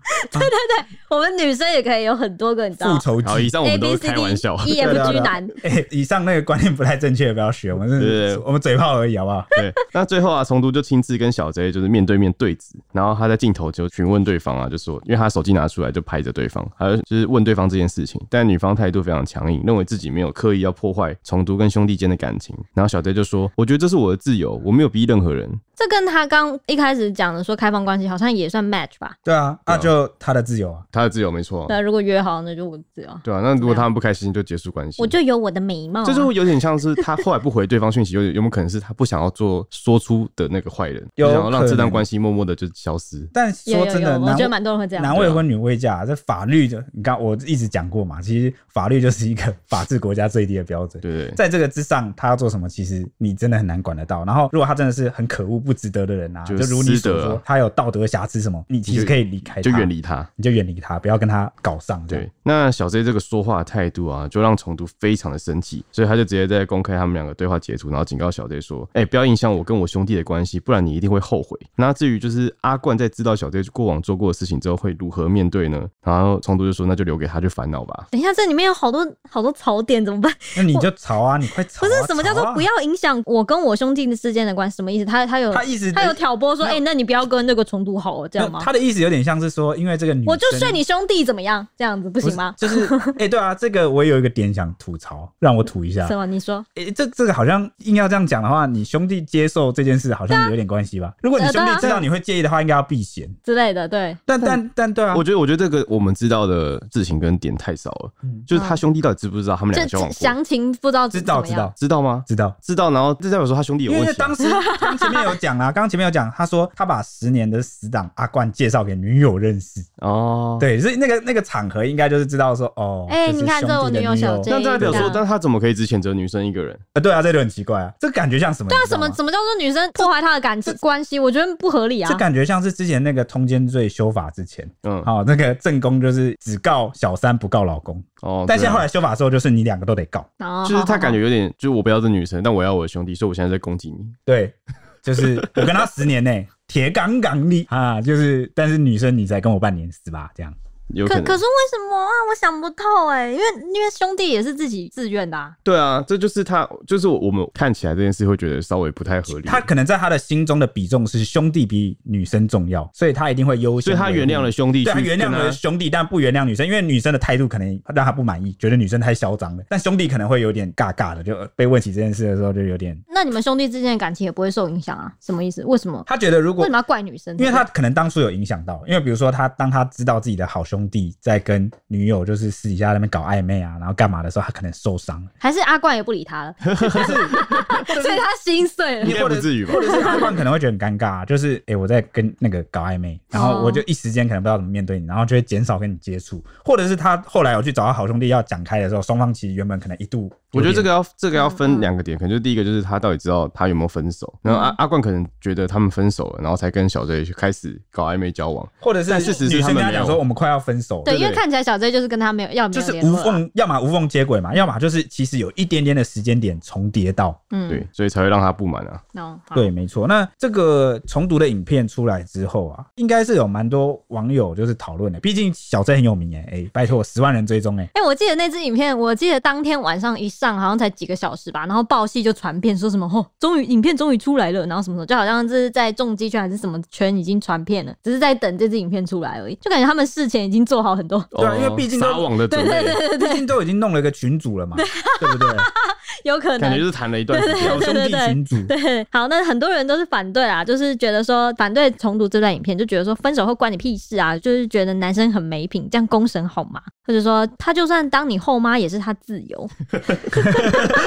Speaker 2: 我们女生也可以有很多个，你知道
Speaker 1: 复
Speaker 2: 吗
Speaker 1: 仇
Speaker 3: 好，以
Speaker 1: 记。
Speaker 3: 上我
Speaker 2: ？A
Speaker 3: 们都
Speaker 2: B
Speaker 3: 是
Speaker 2: C
Speaker 3: 开
Speaker 2: D
Speaker 3: 玩笑。
Speaker 2: E
Speaker 1: 对
Speaker 2: F
Speaker 1: 啊
Speaker 2: G
Speaker 1: 对啊
Speaker 2: 男，
Speaker 1: 哎、以上那个观念不太正确，不要学，我们
Speaker 3: 对对
Speaker 1: 是
Speaker 3: 对
Speaker 1: 我们嘴炮而已，好不好？
Speaker 3: 对，那最后啊，重读就亲自跟小 J 就是面对面对质，然后他在镜头就询问对方啊，就说，因为他手机拿出来就拍着对方，还有就是问对方这件事情，但女方态度非常强硬，认为自己没有刻意要破坏重读跟兄弟间的感情，然后小 J 就说，我觉得这是我的自由，我没有逼任何人，
Speaker 2: 这跟他刚一开始讲的说开放关系好像也算 match 吧？
Speaker 1: 对啊，那、就他的自由啊。
Speaker 3: 他的自由没错啊、
Speaker 2: 对，如果约好，那就我自由，
Speaker 3: 对啊，那如果他们不开心就结束关系，
Speaker 2: 我就有我的美貌啊。
Speaker 3: 这就有点像是他后来不回对方讯息，有点有没有可能是他不想要做说出的那个坏人，
Speaker 1: 有
Speaker 3: 就想要让
Speaker 1: 可
Speaker 3: 这段
Speaker 1: 能
Speaker 3: 关系默默的就消失。
Speaker 1: 但
Speaker 2: 有
Speaker 1: 说
Speaker 2: 有
Speaker 1: 真的，
Speaker 2: 有，我
Speaker 1: 男
Speaker 2: 觉得蛮多人会这样。
Speaker 1: 男未婚女未嫁、这法律的，你刚我一直讲过嘛，其实法律就是一个法治国家最低的标准。
Speaker 3: 对不对，
Speaker 1: 在这个之上，他要做什么，其实你真的很难管得到。然后，如果他真的是很可恶不不值得的人啊，就
Speaker 3: 就
Speaker 1: 如你
Speaker 3: 私
Speaker 1: 所
Speaker 3: 德啊
Speaker 1: 说，他有道德瑕疵什么，你其实可以离开他，
Speaker 3: 就远，离他。
Speaker 1: 你就远离他，不要跟他搞上。这样
Speaker 3: 对，，那小 J 这个说话的态度啊，就让重读非常的生气，所以他就直接在公开他们两个对话截图，然后警告小 J 说：“哎、不要影响我跟我兄弟的关系，不然你一定会后悔。”那至于就是阿冠在知道小 J 过往做过的事情之后会如何面对呢？然后重读就说：“那就留给他去烦恼吧。
Speaker 2: 等一下，这里面有好多好多槽点，怎 么办？
Speaker 1: 那你就吵啊，你快吵
Speaker 2: 不
Speaker 1: 啊！
Speaker 2: 是什么叫做
Speaker 1: 吵啊
Speaker 2: 不？要影响我跟我兄弟之间的关系？什么意思？他他有
Speaker 1: 他意思
Speaker 2: 他有挑拨说，
Speaker 1: 没
Speaker 2: 哎、
Speaker 1: 有
Speaker 2: 那你不要跟那个重读好哦，这样吗
Speaker 1: 那？他的意思有点像是说，因为这个女生，
Speaker 2: 我就睡你兄弟怎么样？这样子不
Speaker 1: 不
Speaker 2: 行
Speaker 1: 是
Speaker 2: 吗？
Speaker 1: 就是，哎、对啊，这个我有一个点想吐槽，让我吐一 下。
Speaker 2: 什么？你说？
Speaker 1: 哎、这这个好像硬要这样讲的话，你兄弟接受这件事好像有点关系吧？如果你
Speaker 2: 呃
Speaker 1: 兄
Speaker 2: 对
Speaker 1: 弟
Speaker 2: 啊
Speaker 1: 知道你会介意的话，应该要避嫌。
Speaker 2: 之类的，对，
Speaker 1: 但但但对啊，
Speaker 3: 我觉得，我觉得这个我们知道的事情跟点太少了，
Speaker 1: 嗯
Speaker 3: 就是他兄弟到底知不知道他们两个交
Speaker 2: 就
Speaker 3: 往过？
Speaker 2: 详情不知道
Speaker 1: 知
Speaker 2: 怎
Speaker 1: 道
Speaker 2: 么
Speaker 1: 知
Speaker 2: 样
Speaker 1: 道。
Speaker 3: 知道吗？
Speaker 1: 知道，
Speaker 3: 知道，然后这代表说他兄弟有
Speaker 1: 因为
Speaker 3: 问题、啊
Speaker 1: 当。时刚前面有讲啊，刚前面有讲，他说他把十年的死党阿冠介绍给女友认识，
Speaker 3: 哦，
Speaker 1: 对，所以那个那个场合应该就是知道说哦，
Speaker 2: 哎
Speaker 1: 就是
Speaker 2: 你看
Speaker 1: 兄弟
Speaker 2: 这我
Speaker 1: 的
Speaker 2: 女友
Speaker 1: 友
Speaker 2: 小 J
Speaker 3: 那这代表
Speaker 2: 这
Speaker 3: 说，
Speaker 2: 样
Speaker 3: 但他怎么可以只谴责女生一个人？
Speaker 1: 啊，对啊，这就很奇怪啊，这感觉像什么？对
Speaker 2: 那什么什么叫做女生破坏他的感情关系？我觉得不合理啊
Speaker 1: 这。感觉像是之前那个通奸罪修法之前，
Speaker 3: 嗯，
Speaker 1: 好、那个正宫就是只告小三不告老公，
Speaker 3: 哦，
Speaker 1: 但
Speaker 3: 对
Speaker 1: 是
Speaker 3: 啊
Speaker 1: 后来修法之后，就是你两个都得告，
Speaker 2: 哦
Speaker 3: 就是他
Speaker 2: 好
Speaker 3: 感，
Speaker 2: 好好
Speaker 3: 觉有点，就是我不要这女生，但我要我的兄弟，所以我现在在攻击你。
Speaker 1: 对，就是我跟他十年呢、 铁杠杠的啊，就是但是女生你才跟我半年是吧？这样，
Speaker 3: 有
Speaker 2: 可
Speaker 3: 可
Speaker 2: 可
Speaker 3: 能，
Speaker 2: 是为什么啊？我想不透哎、因为因为兄弟也是自己自愿的、啊，
Speaker 3: 对啊，这就是他，就是我们看起来这件事会觉得稍微不太合理，
Speaker 1: 他可能在他的心中的比重是兄弟比女生重要，所以他一定会优
Speaker 3: 所
Speaker 1: 先维
Speaker 3: 以
Speaker 1: 护。
Speaker 3: 他原谅了兄弟去
Speaker 1: 对
Speaker 3: 跟
Speaker 1: 他
Speaker 3: 他，
Speaker 1: 原谅了兄弟，但不原谅女生，因为女生的态度可能让他不满意，觉得女生太嚣张了。但兄弟可能会有点尬尬的，就被问起这件事的时候就有点，
Speaker 2: 那你们兄弟之间的感情也不会受影响啊？什么意思？为什么？
Speaker 1: 他觉得如
Speaker 2: 为
Speaker 1: 果
Speaker 2: 什么要怪女生？
Speaker 1: 因为他可能当初有影响到，因为比如说他当他知道自己的好兄弟在跟女友就是私底下在那边搞暧昧啊，然后干嘛的时候，他可能受伤了，
Speaker 2: 还是阿冠也不理他了，所以他心碎了
Speaker 3: 应。该不至于吧
Speaker 1: 或？者是阿冠可能会觉得很尴尬、 就是诶、我在跟那个搞暧昧，然后
Speaker 2: 哦
Speaker 1: 我就一时间可能不知道怎么面对你，然后就会减少跟你接触，或者是他后来有去找他好兄弟要讲开的时候，双方其实原本可能一度有
Speaker 3: 我觉得
Speaker 1: 点
Speaker 3: 这个要这个
Speaker 2: 嗯
Speaker 3: 要
Speaker 2: 嗯嗯
Speaker 3: 分两个点，可能就第一个就是他到底知道他有没有分手，然后阿阿冠可能觉得他们分手了，然后才跟小 J 去开始搞暧昧交往，
Speaker 1: 或者是
Speaker 3: 但事实是
Speaker 1: 女生
Speaker 3: 他
Speaker 1: 跟
Speaker 3: 们
Speaker 1: 他讲
Speaker 3: 没有
Speaker 1: 说我们快要分手了，
Speaker 2: 对，因为
Speaker 3: 对
Speaker 2: 看起来小 J 就是跟他没有要没
Speaker 1: 就
Speaker 2: 有
Speaker 1: 是
Speaker 2: 联
Speaker 1: 无
Speaker 2: 络啊，
Speaker 1: 缝，要么无缝接轨嘛，要么就是其实有一点点的时间点重叠到。
Speaker 2: 嗯，
Speaker 3: 对，所以才会让他不满啊。
Speaker 2: 哦，好
Speaker 1: 对，没错。那这个重读的影片出来之后啊，应该是有蛮多网友就是讨论的，毕竟小 J 很有名哎、哎、拜托十万人追踪哎、
Speaker 2: 哎、我记得那支影片，我记得当天晚上一上，好像才几个小时吧，然后报系就传遍，说什么“哦，终于影片终于出来了”，然后什么什么，就好像这是在重击圈还是什么圈已经传遍了，只是在等这支影片出来而已，就感觉他们事前已经做好很多，
Speaker 1: 对啊
Speaker 3: 哦
Speaker 1: 因为毕竟都
Speaker 3: 撒网的准备，
Speaker 1: 毕竟都已经弄了一个群组 了嘛，对不对？
Speaker 2: 有可能
Speaker 3: 感觉就是谈了一段时间
Speaker 1: 好。兄弟群组，
Speaker 2: 对， 好，那很多人都是反对啦，就是觉得说反对重读这段影片，就觉得说分手后关你屁事啊，就是觉得男生很没品，这样公审好吗？或者说他就算当你后妈也是他自由，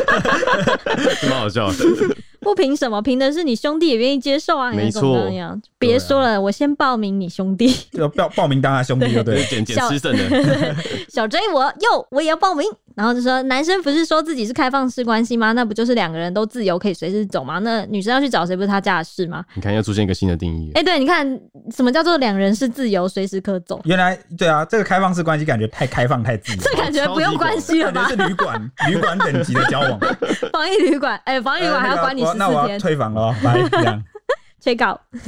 Speaker 3: 蛮好笑的。
Speaker 2: 不凭什么，凭的是你兄弟也愿意接受啊，
Speaker 3: 没错啊
Speaker 2: 那样别说了，我先报名你兄弟
Speaker 1: 就报报名当他兄弟就对
Speaker 3: 对，
Speaker 1: 了。
Speaker 3: 捡捡
Speaker 2: 小
Speaker 3: 吃剩的，
Speaker 2: 小 J 我哟，我也要报名，然后就说男生不是说自己是开放式关系吗？那不就是两个人都自由可以随时走吗？那女生要去找谁不是她家的事吗？
Speaker 3: 你看又出现一个新的定 义了。
Speaker 2: 哎、对，你看什么叫做两人是自由，随时可走，
Speaker 1: 原来对啊，这个开放式关系感觉太开放太自由，
Speaker 2: 这 感觉不用关系了
Speaker 1: 感觉
Speaker 2: 吧
Speaker 1: 是？旅馆 旅馆等级的交往。
Speaker 2: 防疫旅馆，哎、防疫旅馆还要管你十
Speaker 1: 呃那个我
Speaker 2: 四
Speaker 1: 要那我
Speaker 2: 天
Speaker 1: 要，退房了哦，拜这样。
Speaker 2: 催稿。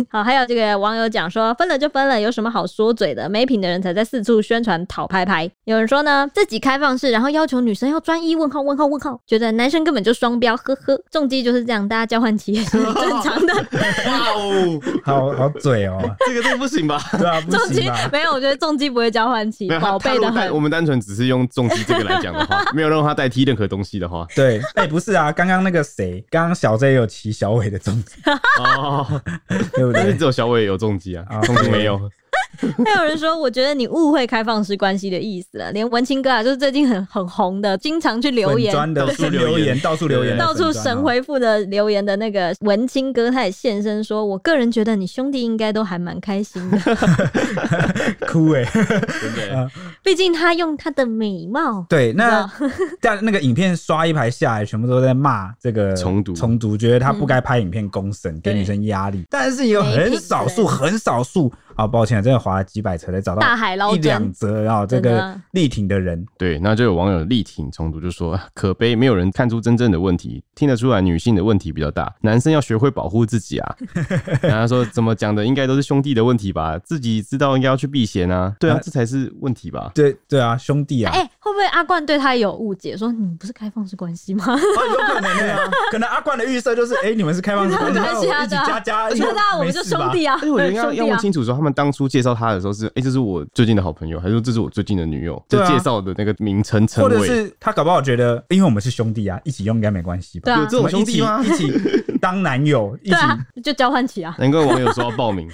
Speaker 2: 好，还有这个网友讲说，分了就分了，有什么好说嘴的？没品的人才在四处宣传讨拍拍。有人说呢，自己开放式，然后要求女生要专一，问号问号问号，觉得男生根本就双标，呵呵。重击就是这样，大家交换期也是很正常的。
Speaker 3: 哇哦，
Speaker 1: 好好嘴哦，
Speaker 3: 这个都不 行吧？
Speaker 1: 对啊，不
Speaker 2: 重击
Speaker 1: 行吧？
Speaker 2: 没有，我觉得重击不会交换期
Speaker 3: 没有，他
Speaker 2: 宝
Speaker 3: 他
Speaker 2: 贝
Speaker 3: 如
Speaker 2: 的
Speaker 3: 果单我
Speaker 2: 很。
Speaker 3: 们单纯只是用重击这个来讲的话，没有让他代替任何东西的 话，
Speaker 1: 对，哎、不是啊，刚刚那个谁，刚刚小 J 有骑小伟的粽子，
Speaker 3: 哦，
Speaker 1: 对不
Speaker 3: 但是
Speaker 1: 对？
Speaker 3: 只有小伟有重击啊
Speaker 1: 啊，
Speaker 3: 重击没有。
Speaker 2: 还有人说，我觉得你误会开放式关系的意思了。连文青哥啊，就是最近很很红的，经常去留言
Speaker 1: 粉。砖的
Speaker 3: 到处
Speaker 1: 留
Speaker 3: 留言
Speaker 1: 言，到处留言的
Speaker 2: 到
Speaker 1: 粉砖
Speaker 2: 处
Speaker 1: 啊，
Speaker 2: 神回复的留言的那个文青哥，他也现身说：“我个人觉得你兄弟应该都还蛮开心 的，
Speaker 1: 哭哎、
Speaker 3: 真的
Speaker 1: 啊
Speaker 3: 耶。
Speaker 2: 毕竟他用他的美貌。
Speaker 1: 对，那
Speaker 2: 你
Speaker 1: 在那个影片刷一排下来，全部都在骂这个
Speaker 3: 重读
Speaker 1: 重读，觉得他不该拍影片公审，给女生压力。但是有很少数，
Speaker 2: 没品
Speaker 1: 很少数啊，抱歉，真的划了几百才找到
Speaker 2: 大海捞
Speaker 1: 一两
Speaker 2: 针，
Speaker 1: 则啊，这
Speaker 2: 真
Speaker 1: 个
Speaker 2: 的
Speaker 1: 力挺的人，
Speaker 3: 对，那就有网友力挺冲突，就说 啊可悲，没有人看出真正的问题，听得出来女性的问题比较大，男生要学会保护自 己啊。然后他说怎么讲的，应该都是兄弟的问题吧，自己知道应该要去避嫌啊。对啊，这才是问题吧。
Speaker 1: 对对啊，兄弟啊，
Speaker 2: 哎、会不会阿冠对他有误解，说你不是开放式关系吗？
Speaker 1: 啊有可能欸
Speaker 2: 哎
Speaker 1: 可能阿冠的预设就是，哎，你们是开放式关系，
Speaker 2: 没关系
Speaker 1: 那我
Speaker 2: 啊
Speaker 1: 一起
Speaker 2: 对啊
Speaker 1: 加加，
Speaker 2: 我觉得啊我们就兄弟啊，
Speaker 3: 而且哎我觉得
Speaker 2: 对
Speaker 3: 应该
Speaker 2: 兄
Speaker 3: 要
Speaker 2: 弟
Speaker 3: 问
Speaker 2: 啊。
Speaker 3: 清楚，说他们当初介绍他的时候是，哎、这是我最近的好朋友，还是说这是我最近的女友？
Speaker 1: 对
Speaker 3: 就
Speaker 1: 啊
Speaker 3: 介绍的那个名称称
Speaker 1: 或者
Speaker 3: 谓，
Speaker 1: 是他搞不好觉得，因为我们是兄弟啊，一起用应该没关系吧？
Speaker 2: 对啊
Speaker 3: 有这种兄弟吗
Speaker 1: 我？们一起一起当男 友，一
Speaker 2: 对
Speaker 1: 起
Speaker 2: 啊，就交换 起啊，
Speaker 3: 难怪网友说要报 名，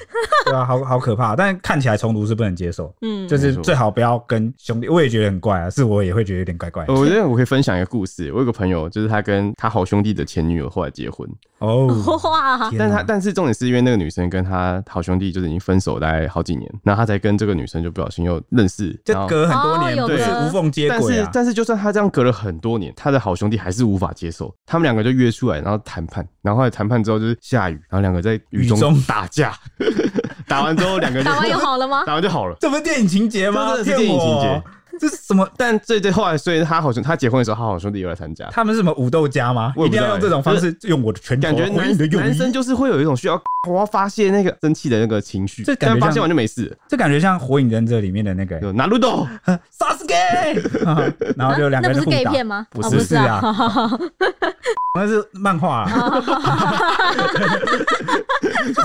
Speaker 1: 对啊，好好可怕。但看起来重读是不能接受，
Speaker 2: 嗯，
Speaker 1: 就是
Speaker 3: 没错
Speaker 1: 最好不要跟兄弟。我也觉得很怪啊，是我也会觉得有点怪怪的。
Speaker 3: 呃我觉得我可以分享一个故事。我有个朋友，就是他跟他好兄弟的前女友后来结婚，
Speaker 1: 哦，
Speaker 2: 嗯 哇，
Speaker 1: 天哪
Speaker 3: 但他但是重点是因为那个女生跟他好兄弟就是已经分手大概好几年，然后他才跟这个女生就不小心又认识，然
Speaker 1: 就
Speaker 3: 后
Speaker 1: 隔很多
Speaker 2: 哦
Speaker 1: 年，
Speaker 2: 有
Speaker 1: 对，
Speaker 2: 隔
Speaker 1: 无缝接
Speaker 3: 但
Speaker 1: 轨
Speaker 3: 是
Speaker 1: 啊。
Speaker 3: 但是就算他这样隔了很多年，他的好兄弟还是无法接受，他们两个就约出来，然后谈判，然后后来谈判之后就是下雨，然后两个在雨
Speaker 1: 雨中
Speaker 3: 中打架， 打完之后两个就
Speaker 2: 打完又好 了吗？
Speaker 3: 打完就好了。
Speaker 1: 这不是电影情节吗？
Speaker 3: 这真的是
Speaker 1: 骗我
Speaker 3: 电影
Speaker 1: 这是什么？
Speaker 3: 但最最后来，所以他好兄他结婚的时候，他好兄弟有来参加，
Speaker 1: 他们是什么武斗家吗？
Speaker 3: 我
Speaker 1: 一
Speaker 3: 也不
Speaker 1: 定
Speaker 3: 知道欸
Speaker 1: 要用这种方式，用我的拳头
Speaker 3: 感
Speaker 1: 啊
Speaker 3: 觉
Speaker 1: 回
Speaker 3: 男
Speaker 1: 你的用
Speaker 3: 男生
Speaker 1: 力。
Speaker 3: 就是会有一种需要 我要发泄那个生气的那个情绪，
Speaker 1: 这感觉
Speaker 3: 但发泄
Speaker 1: 像
Speaker 3: 完就没事了，
Speaker 1: 这感觉像《火影忍者》里面的那个
Speaker 3: 就拿 路豆。
Speaker 1: 萨斯给，啊 然后就两个
Speaker 2: 那
Speaker 1: 人
Speaker 2: 不是
Speaker 1: 互
Speaker 2: gay
Speaker 1: 打。
Speaker 2: 片吗？
Speaker 1: 不
Speaker 2: 哦
Speaker 1: 是
Speaker 2: 不是啊，
Speaker 1: 那是漫画、啊，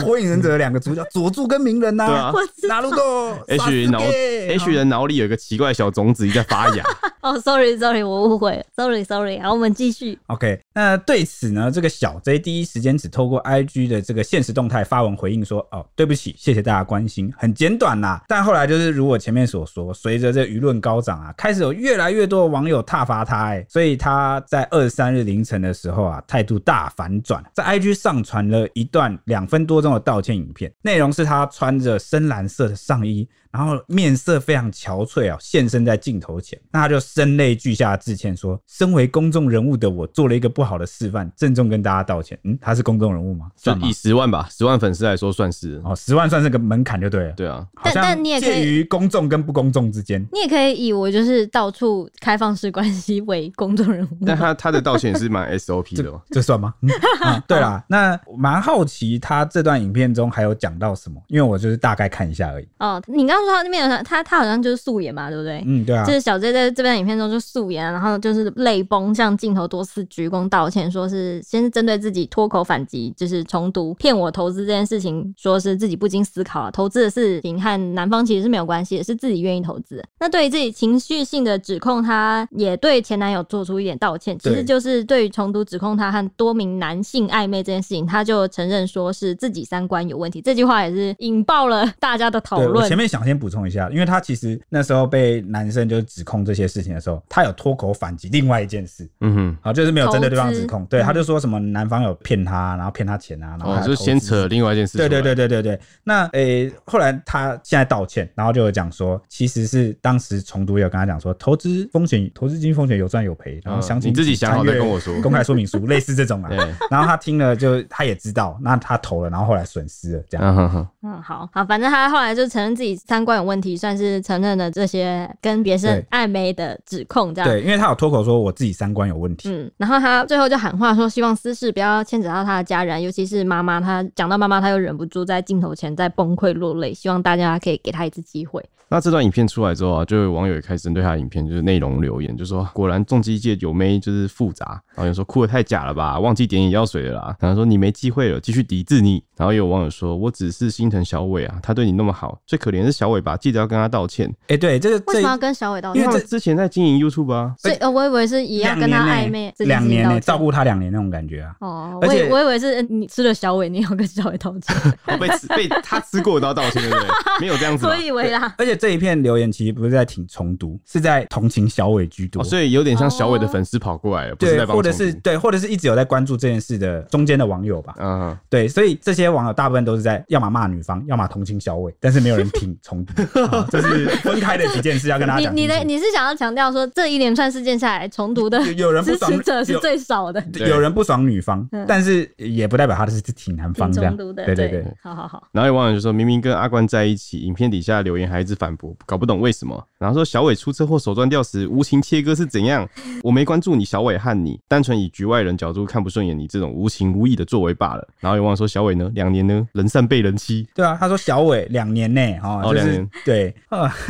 Speaker 1: 火影忍者的两个主角佐助跟鸣人呐、
Speaker 3: 对啊
Speaker 2: 我知
Speaker 1: 哪路豆
Speaker 3: H 脑 H
Speaker 1: 哦
Speaker 3: 人脑里有一个奇怪的小种子一直在发 芽，
Speaker 2: 哦，sorry sorry，我误会了，sorry sorry，好，我们继续。
Speaker 1: OK，那对此呢，这个小 J 第一时间只透过 IG 的这个现实动态发文回应说：“哦，对不起，谢谢大家关心，很简短啦。”但后来就是如我前面所说，随着这舆论高涨啊，开始有越来越多的网友挞伐他、哎，所以他在二十三日凌晨的时候啊，态度大反转，在 IG 上传了一段两分多钟的道歉影片，内容是他穿着深蓝色的上衣，然后面色非常憔悴啊，现身在镜头前。那他就声泪俱下致歉说：“身为公众人物的我，做了一个不好的示范，郑重跟大家道歉。”嗯，他是公众人物吗？
Speaker 3: 就
Speaker 1: 算吗
Speaker 3: 以？十万吧，十万粉丝来说算是。
Speaker 1: 哦，十万算是个门槛就对了。
Speaker 3: 对啊，
Speaker 1: 好
Speaker 2: 但
Speaker 1: 像
Speaker 2: 但你也可以
Speaker 1: 介于公众跟不公众之间。
Speaker 2: 你也可以以我就是到处开放式关系为公众人物
Speaker 3: 但，他他的道歉也 是蛮 SOP 的哦。
Speaker 1: 这算吗？嗯啊、对啦，那我蛮好奇他这段影片中还有讲到什么，因为我就是大概看一下而已。
Speaker 2: 哦，你刚刚说他那边有他他好像就是素颜嘛，对不对？
Speaker 1: 嗯，对啊
Speaker 2: 就，是小 J 在这边影片中就素颜，然后就是泪崩，向镜头多次鞠躬道歉，说是先是针对自己脱口反击，就是重读骗我投资这件事情，说是自己不经思考了，啊投资的事情和男方其实是没有关系的，是自己愿意投资的。那对于自己情绪性的指控，她也对前男友做出一点道歉，其
Speaker 1: 对
Speaker 2: 实就是对于重读指控她和多名男性暧昧这件事情，她就承认说是自己三观有问题，这句话也是引爆了大家的讨
Speaker 1: 对我
Speaker 2: 论
Speaker 1: 前。面想先补充一下，因为他其实那时候被男生就是指控这些事情的时候，他有脱口反击另外一件事。
Speaker 3: 嗯哼，
Speaker 1: 啊，就是没有针对对方指控，
Speaker 2: 投资
Speaker 1: 对，
Speaker 2: 嗯
Speaker 1: 他就说什么男方有骗他，然后骗他钱啊，然后
Speaker 3: 哦
Speaker 1: 还，有
Speaker 3: 就
Speaker 1: 投
Speaker 3: 先
Speaker 1: 资
Speaker 3: 扯另外一件事。
Speaker 1: 对对对，对对对。那诶、后来他现在道歉，然后就有讲说，其实是当时重读有跟他讲说，投资风险、投资金风险有赚有赔，然后详情、
Speaker 3: 嗯你自己想好再跟我说
Speaker 1: 公开说明 书，类似这种啊。
Speaker 3: 对，
Speaker 1: 然后他听了就他也知道，那他投了，然后后来损失了这样。
Speaker 3: 嗯哼哼，
Speaker 2: 嗯，好好，反正他后来就承认自己三观有问题，算是承认了这些跟别
Speaker 1: 对
Speaker 2: 人暧昧的指控，这样。
Speaker 1: 对，因为他有脱口说我自己三观有问题，
Speaker 2: 嗯，然后他最后就喊话说，希望私事不要牵扯到他的家人，尤其是妈妈。他讲到妈妈，他又忍不住在镜头前在崩溃落泪，希望大家可以给他一次机会。
Speaker 3: 那这段影片出来之后啊，就有网友也开始针对他的影片就是内容留言，就说果然重机界有妹就是复杂，然后有人说哭的太假了吧，忘记点眼药水了啦，然后说你没机会了，继续抵制你。然后也有网友说，我只是心疼小伟啊，他对你那么好，最可怜是小伟吧，记得要跟他道歉，
Speaker 1: 哎、对，这个
Speaker 2: 为什
Speaker 1: 这
Speaker 2: 么要跟小伟道歉
Speaker 3: 因为？他们之前在经营 YouTube 啊，
Speaker 2: 所以、呃我以为是也要跟他暧
Speaker 1: 两
Speaker 2: 昧
Speaker 1: 年，呢
Speaker 2: 自己
Speaker 1: 两年呢、
Speaker 2: 道歉
Speaker 1: 照顾他两年那种感觉啊。
Speaker 2: 哦，
Speaker 1: 而
Speaker 2: 我以
Speaker 1: 且
Speaker 2: 我以为是呃你吃了小伟，你要跟小伟道歉。
Speaker 3: 哦被吃被他吃过都要道歉，对不对？没有 这样子吧
Speaker 2: 我，以为啦，
Speaker 1: 而且这一片留言其实不是在挺重读，是在同情小伟居多。
Speaker 3: 哦所以有点像小伟的粉丝跑过来了，不是
Speaker 1: 对，
Speaker 3: 在帮
Speaker 1: 或
Speaker 3: 我
Speaker 1: 者
Speaker 3: 重
Speaker 1: 是
Speaker 3: 读
Speaker 1: 对，或者是一直有在关注这件事的中间的网友吧。
Speaker 3: 嗯，
Speaker 1: 对，所以这些网友大部分都是在要么骂女方，要么同情小伟，但是没有人挺重 读、啊这是分开的几件事要跟大家
Speaker 2: 你
Speaker 1: 讲
Speaker 2: 你
Speaker 1: 清楚。
Speaker 2: 的你是想要强调说这一连串事件下来，重读的
Speaker 1: 有有人不
Speaker 2: 支
Speaker 1: 爽
Speaker 2: 持者是
Speaker 1: 有
Speaker 2: 最少的，
Speaker 3: 对
Speaker 1: 有人不爽女方
Speaker 2: 嗯，
Speaker 1: 但是也不代表他是挺男方
Speaker 2: 挺
Speaker 1: 这样
Speaker 2: 重。读的，
Speaker 1: 对对
Speaker 2: 对
Speaker 1: 对，
Speaker 2: 好好好，
Speaker 3: 然后有网友就说，明明跟阿关在一起，影片底下留言还一直反驳，搞不懂为什么。然后说小伟出车祸手断掉时无情切割是怎样？ 我没关注你小伟和你，单纯以局外人角度看不顺眼你这种无情无义的作为罢了。然后有网友说小伟呢，两年呢，人善被人欺，
Speaker 1: 对啊，他说小伟两年内哈，
Speaker 3: 哦
Speaker 1: 就是、
Speaker 3: 两年
Speaker 1: 对，啊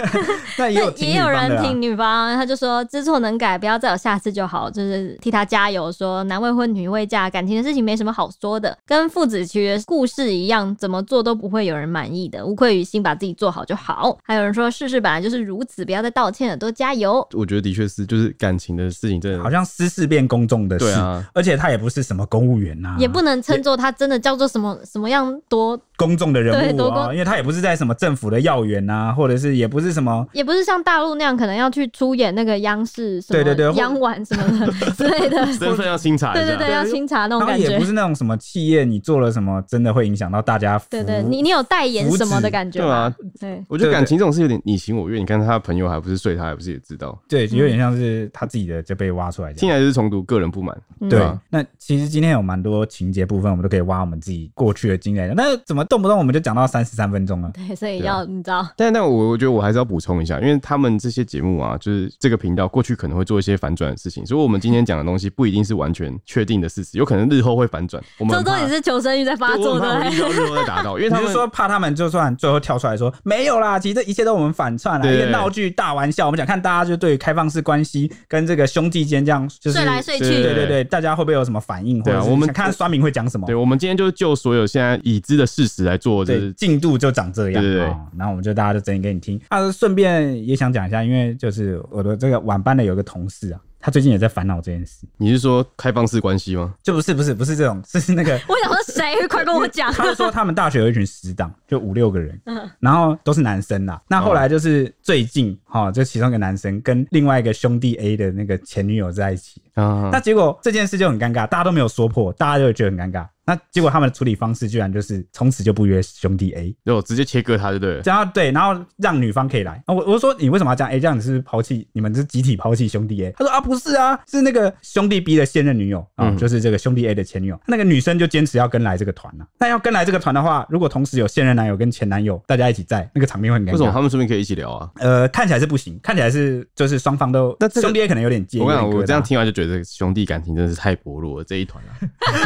Speaker 1: 那 也有
Speaker 2: 那
Speaker 1: 挺
Speaker 2: 也
Speaker 1: 女方的
Speaker 2: 有
Speaker 1: 啊
Speaker 2: 人
Speaker 1: 啦
Speaker 2: 挺女方，他就说知错能改，不要再有下次就好，就是替他加油，说男未婚女未嫁，感情的事情没什么好说的，跟父子棋的故事一样，怎么做都不会有人满意的，无愧于心，把自己做好就好。还有人说世事本来就是如此，不要再道歉了，多加油。
Speaker 3: 我觉得的确是，就是感情的事情真的
Speaker 1: 好像私事变公众的事，
Speaker 3: 对 啊
Speaker 1: 而且他也不是什么公务员呐、
Speaker 2: 也不能称作他真的叫做什么什么样多，
Speaker 1: 公众的人
Speaker 2: 对
Speaker 1: 物
Speaker 2: 多
Speaker 1: 啊、
Speaker 2: 公
Speaker 1: 因为他也不是在什么政府的要员呐、或者是也不是什么。
Speaker 2: 也不是像大陆那样可能要去出演那个央视什
Speaker 1: 对对对
Speaker 2: 么
Speaker 1: 或
Speaker 2: 央晚什么的之类的，
Speaker 3: 身份要清查一
Speaker 2: 对对
Speaker 3: 下。
Speaker 2: 对，要清查那种
Speaker 1: 然后
Speaker 2: 感
Speaker 1: 也
Speaker 2: 觉
Speaker 1: 不。是那种什么企业，你做了什么真的会影响到大家服务。
Speaker 2: 对对，你你有代言什么的感觉
Speaker 3: 对啊
Speaker 2: 吧？，对，
Speaker 3: 我觉得
Speaker 1: 对对
Speaker 3: 感情这种事有点你情我愿。你看他的朋友还不是睡他，还不是也知道，
Speaker 2: 嗯
Speaker 1: 对有点像是他自己的就被挖出来这
Speaker 3: 听
Speaker 1: 样。
Speaker 3: 起来就是重读个人不满。
Speaker 2: 嗯
Speaker 1: 对
Speaker 3: 啊，
Speaker 1: 那其实今天有蛮多情节部分，我们都可以挖我们自己过去的经验。那怎么动不动我们就讲到三十三分钟了？
Speaker 2: 对，所以
Speaker 3: 对啊
Speaker 2: 要你知道，
Speaker 3: 但但我我觉得我还是要补充一下，因为他们这些节目啊，就是这个频道过去可能会做一些反转的事情，所以我们今天讲的东西不一定是完全确定的事实，有可能日后会反转。我们
Speaker 2: 周
Speaker 3: 很
Speaker 2: 周
Speaker 3: 怕
Speaker 2: 也是求生欲在发
Speaker 3: 对我
Speaker 2: 作
Speaker 3: 很怕
Speaker 2: 的
Speaker 3: 我，们遇到日后再打到，因为
Speaker 1: 你
Speaker 3: 他
Speaker 1: 是
Speaker 3: 们
Speaker 1: 说怕他们就算最后跳出来说没有啦，其实这一切都我们反串啦，啊
Speaker 3: 对
Speaker 1: 一个闹剧大玩笑。我们想看大家就对于开放式关系跟这个兄弟间这样，就是
Speaker 2: 睡来睡
Speaker 3: 对
Speaker 1: 对
Speaker 2: 去，
Speaker 1: 对对，大家会不会有什么反应？
Speaker 3: 对啊
Speaker 1: 或者是
Speaker 3: 我们
Speaker 1: 想看酸民会讲什么
Speaker 3: 对，？我们今天就是就所有现在已知的事实来做，就
Speaker 1: 对，
Speaker 3: 是
Speaker 1: 进度就长这样。
Speaker 3: 对对对
Speaker 1: 哦然后我们就大家就整理给你听。啊，顺便也想讲一下，因为就是我的这个晚班的有个同事啊，他最近也在烦恼这件事，
Speaker 3: 你是说开放式关系吗？
Speaker 1: 就不是不是不是这种， 是那个
Speaker 2: 我想说谁快跟我讲，
Speaker 1: 他就说他们大学有一群死党，就五六个人，然后都是男生啦。那后来就是最近哈、就其中一个男生跟另外一个兄弟 A 的那个前女友在一起，
Speaker 3: 啊
Speaker 1: 那，结果这件事就很尴尬，大家都没有说破，大家就觉得很尴尬。那结果他们的处理方式居然就是从此就不约兄弟 A，
Speaker 3: 就直接切割他就对了。
Speaker 1: 然后对，然后让女方可以来。啊、我我说你为什么要这样？哎、这样你是不是抛弃你们是集体抛弃兄弟 A？他说啊不是啊，是那个兄弟 B 的现任女友啊、
Speaker 3: 嗯
Speaker 1: 就是这个兄弟 A 的前女友。那个女生就坚持要跟来这个团啊。那要跟来这个团的话，如果同时有现任男友跟前男友大家一起在，那个场面会很尴
Speaker 3: 为什么他
Speaker 1: 尬。
Speaker 3: 们顺便可以一起聊啊？
Speaker 1: 呃，看起来是不行，看起来是就是双方都，
Speaker 3: 那这个
Speaker 1: 兄弟 A 可能有点介意。
Speaker 3: 我跟你讲，
Speaker 1: 有点
Speaker 3: 我
Speaker 1: 疙瘩
Speaker 3: 这样听完就觉得兄弟感情真的是太薄弱了，这一团啊，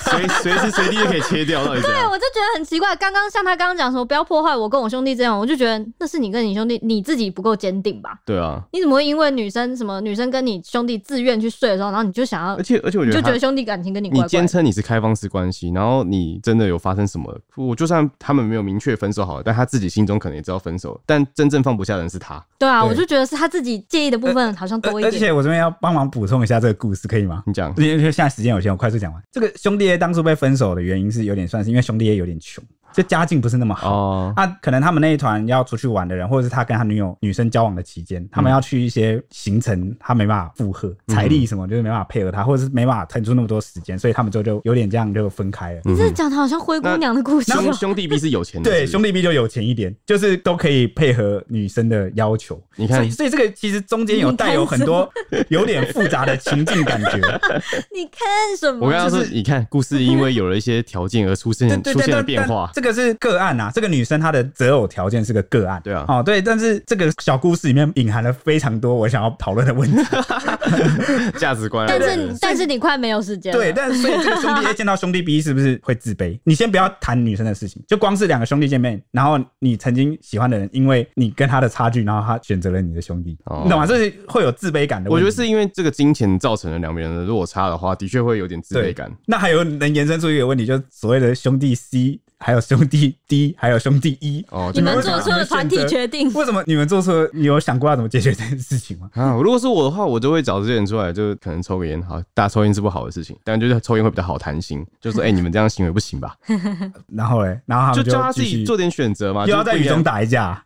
Speaker 3: 随随时随地就可以切掉，到底怎
Speaker 2: 对
Speaker 3: 样？
Speaker 2: 我就觉得很奇怪。刚刚像他刚刚讲说不要破坏我跟我兄弟这样，我就觉得那是你跟你兄弟你自己不够坚定吧？
Speaker 3: 对啊，
Speaker 2: 你怎么会因为女生什么女生跟你兄弟自愿去睡的时候，然后你就想要
Speaker 3: 而且而且我
Speaker 2: 你
Speaker 3: 觉得
Speaker 2: 就
Speaker 3: 他
Speaker 2: 觉得兄弟感情跟你
Speaker 3: 你
Speaker 2: 怪怪
Speaker 3: 坚
Speaker 2: 的？
Speaker 3: 称你是开放式关系，然后你真的有发生什么？我就算他们没有明确分手好了，但他自己心中可能也知道分手了，但真正放不下的人是他。
Speaker 2: 对啊，
Speaker 1: 对
Speaker 2: 我就觉得是他自己介意的部
Speaker 3: 呃
Speaker 2: 分好像多
Speaker 1: 而
Speaker 2: 一点。
Speaker 1: 且我这边要帮忙补充一下这个故事，可以吗？
Speaker 3: 你 讲
Speaker 1: 因为现在时间有限，我快速讲完。这个兄弟 A 当初被分手的原因是有点算是因为兄弟 A 有点穷，就家境不是那么好。
Speaker 3: 哦，
Speaker 1: 啊，可能他们那一团要出去玩的人，或者是他跟他女友女生交往的期间，他们要去一些行程，他没办法负荷，财力什么就是没办法配合他，或者是没办法腾出那么多时间，所以他们就就有点这样就分开了。
Speaker 2: 你这讲的好像灰姑娘的故事哦
Speaker 3: 嗯兄兄弟 B 是有钱的，
Speaker 1: 对，
Speaker 3: 嗯是
Speaker 1: 兄
Speaker 3: 不是
Speaker 1: 弟 B 就有钱一点，就是都可以配合女生的要求。
Speaker 3: 你
Speaker 1: 所
Speaker 3: 看
Speaker 1: 以，所以这个其实中间有带有很多有点复杂的情境感觉，
Speaker 2: 你看什
Speaker 3: 我
Speaker 2: 么
Speaker 3: 刚？ 刚说
Speaker 1: 就，是
Speaker 3: 你看故事因为有了一些条件而出现
Speaker 1: 对对
Speaker 3: 嗯出
Speaker 1: 对，
Speaker 3: 现了
Speaker 1: 但
Speaker 3: 变
Speaker 1: 但
Speaker 3: 化。
Speaker 1: 这个是个案啊，这个女生她的择偶条件是个个案，
Speaker 3: 对啊
Speaker 1: 哦对，但是这个小故事里面隐含了非常多我想要讨论的问题。
Speaker 3: 价值观啊，
Speaker 2: 但
Speaker 3: 我
Speaker 2: 是
Speaker 3: 觉得
Speaker 2: 你但是你快没有时间了。
Speaker 1: 对，但所以这个兄弟 A 见到兄弟 B 是不是会自卑？ 你先不要谈女生的事情，就光是两个兄弟见面，然后你曾经喜欢的人，因为你跟他的差距，然后他选择了你的兄弟，
Speaker 3: 哦
Speaker 1: 你懂吗？这是会有自卑感的问题。
Speaker 3: 我觉得是因为这个金钱造成了两个人的落差的话，的确会有点自
Speaker 1: 对
Speaker 3: 卑感。
Speaker 1: 那还有能延伸出一个问题，就是所谓的兄弟 C。还有兄弟 D，还有兄弟一。
Speaker 3: 哦，
Speaker 2: 你
Speaker 3: 就
Speaker 2: 们
Speaker 1: 为什么
Speaker 2: 做出了团体决定，
Speaker 1: 为什么你们做错？你有想过要怎么解决这件事情吗？
Speaker 3: 啊，如果是我的话，我就会找这些人出来，就可能抽个烟，好，大家抽烟是不好的事情，但就是抽烟会比较好谈心，就 说，哎、你们这样行为不行吧？
Speaker 1: 然后嘞，然后他
Speaker 3: 就
Speaker 1: 们
Speaker 3: 叫他自
Speaker 1: 继续
Speaker 3: 己做点选择嘛，
Speaker 1: 又要
Speaker 3: 就是
Speaker 1: 在
Speaker 3: 不一
Speaker 1: 雨
Speaker 3: 样
Speaker 1: 中，打一架。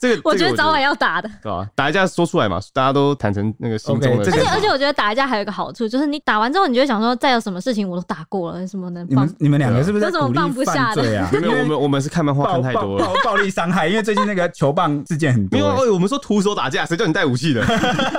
Speaker 3: 这个
Speaker 2: 我觉
Speaker 3: 这个
Speaker 2: 得早晚要打的。
Speaker 3: 对吧、打一架说出来嘛，大家都谈成那个心中
Speaker 1: OK，
Speaker 3: 的
Speaker 1: 这
Speaker 3: 想
Speaker 1: 个
Speaker 3: 法。
Speaker 2: 而且而且，我觉得打一架还有一个好处，就是你打完之后，你就会想说，再有什么事情我都打过了，什么能
Speaker 1: 你
Speaker 2: 帮
Speaker 1: 们？你们两个是不是在
Speaker 2: 有什么
Speaker 1: 鼓
Speaker 2: 放不
Speaker 1: 励
Speaker 2: 下
Speaker 1: 犯
Speaker 2: 的
Speaker 1: 罪啊？
Speaker 3: 没有我们我们是看漫画
Speaker 1: 暴
Speaker 3: 看太
Speaker 1: 暴
Speaker 3: 多了
Speaker 1: 暴。暴力伤害，因为最近那个球棒事件很
Speaker 3: 没
Speaker 1: 多
Speaker 3: 有、
Speaker 1: 欸
Speaker 3: 啊，。我们说徒手打架，谁叫你带武 器的？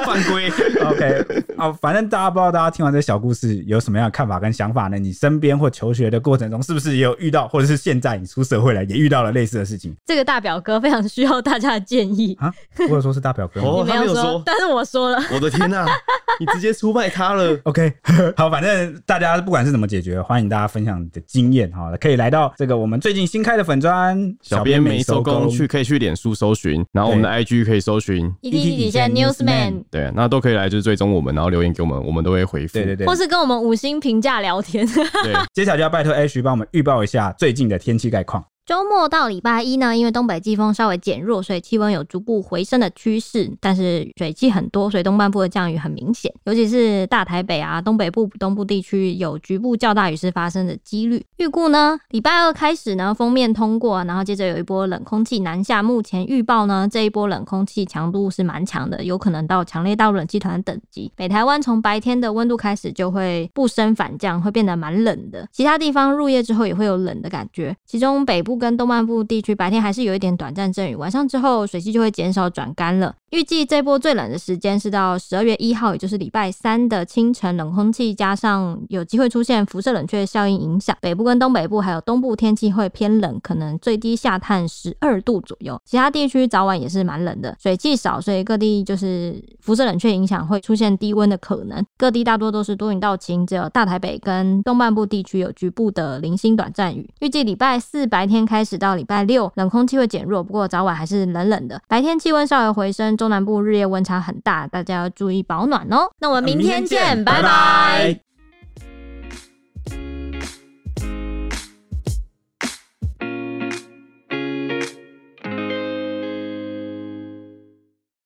Speaker 3: 犯规。
Speaker 1: OK，好，反正大家不知道大家听完这小故事有什么样的看法跟想法呢？你身边或求学的过程中，是不是也有遇到，或者是现在你出社会了也遇到了类似的事情
Speaker 2: 这个大表哥非常需要大家的建议。
Speaker 1: 啊？或者说是大表哥吗？
Speaker 3: 哦
Speaker 2: 你没
Speaker 3: 他没有
Speaker 2: 说
Speaker 3: 说，
Speaker 2: 但是我说了。
Speaker 3: 我的天
Speaker 1: 啊
Speaker 3: 呐、你直接出卖他了。
Speaker 1: OK，好， 反正大家不管是怎么解决，欢迎大家分享你的经验哈，可以来到这个我们最近新开的粉砖，
Speaker 3: 小编没收工，去可以去脸书搜寻，然后我们的 IG 可以搜寻，
Speaker 2: 一
Speaker 1: 滴
Speaker 2: 滴
Speaker 1: 底
Speaker 2: 底
Speaker 1: 线
Speaker 2: 线
Speaker 1: Newsman
Speaker 2: Newsman，
Speaker 3: 对，那都可以来就是追踪我们，然后留言给我们，我们都会回复。
Speaker 1: 对对对
Speaker 2: 或，是跟我们五星评价聊天。
Speaker 3: 对，
Speaker 1: 接下来就要拜托 H 帮我们预报一下最近的天气概况。
Speaker 2: 周末到礼拜一呢，因为东北季风稍微减弱，所以气温有逐步回升的趋势，但是水汽很多，所以东半部的降雨很明显，尤其是大台北啊、东北部、东部地区有局部较大雨势发生的几率。预估呢，礼拜二开始呢，封面通过，然后接着有一波冷空气南下，目前预报呢，这一波冷空气强度是蛮强的，有可能到强烈到冷气团等级。北台湾从白天的温度开始就会不升反降，会变得蛮冷的。其他地方入夜之后也会有冷的感觉，其中北部跟东半部地区白天还是有一点短暂阵雨，晚上之后水汽就会减少转干了。预计这波最冷的时间是到十二月一号，也就是礼拜三的清晨，冷空气加上有机会出现辐射冷却效应影响，北部跟东北部还有东部天气会偏冷，可能最低下探十二度左右。其他地区早晚也是蛮冷的，水汽少，所以各地就是辐射冷却影响会出现低温的可能。各地大多都是多云到晴，只有大台北跟东半部地区有局部的零星短暂雨。预计礼拜四白天开始到礼拜六，冷空气会减弱，不过早晚还是冷冷的。白天气温稍微回升，中南部日夜温差很大，大家要注意保暖哦。那我们明天见，拜拜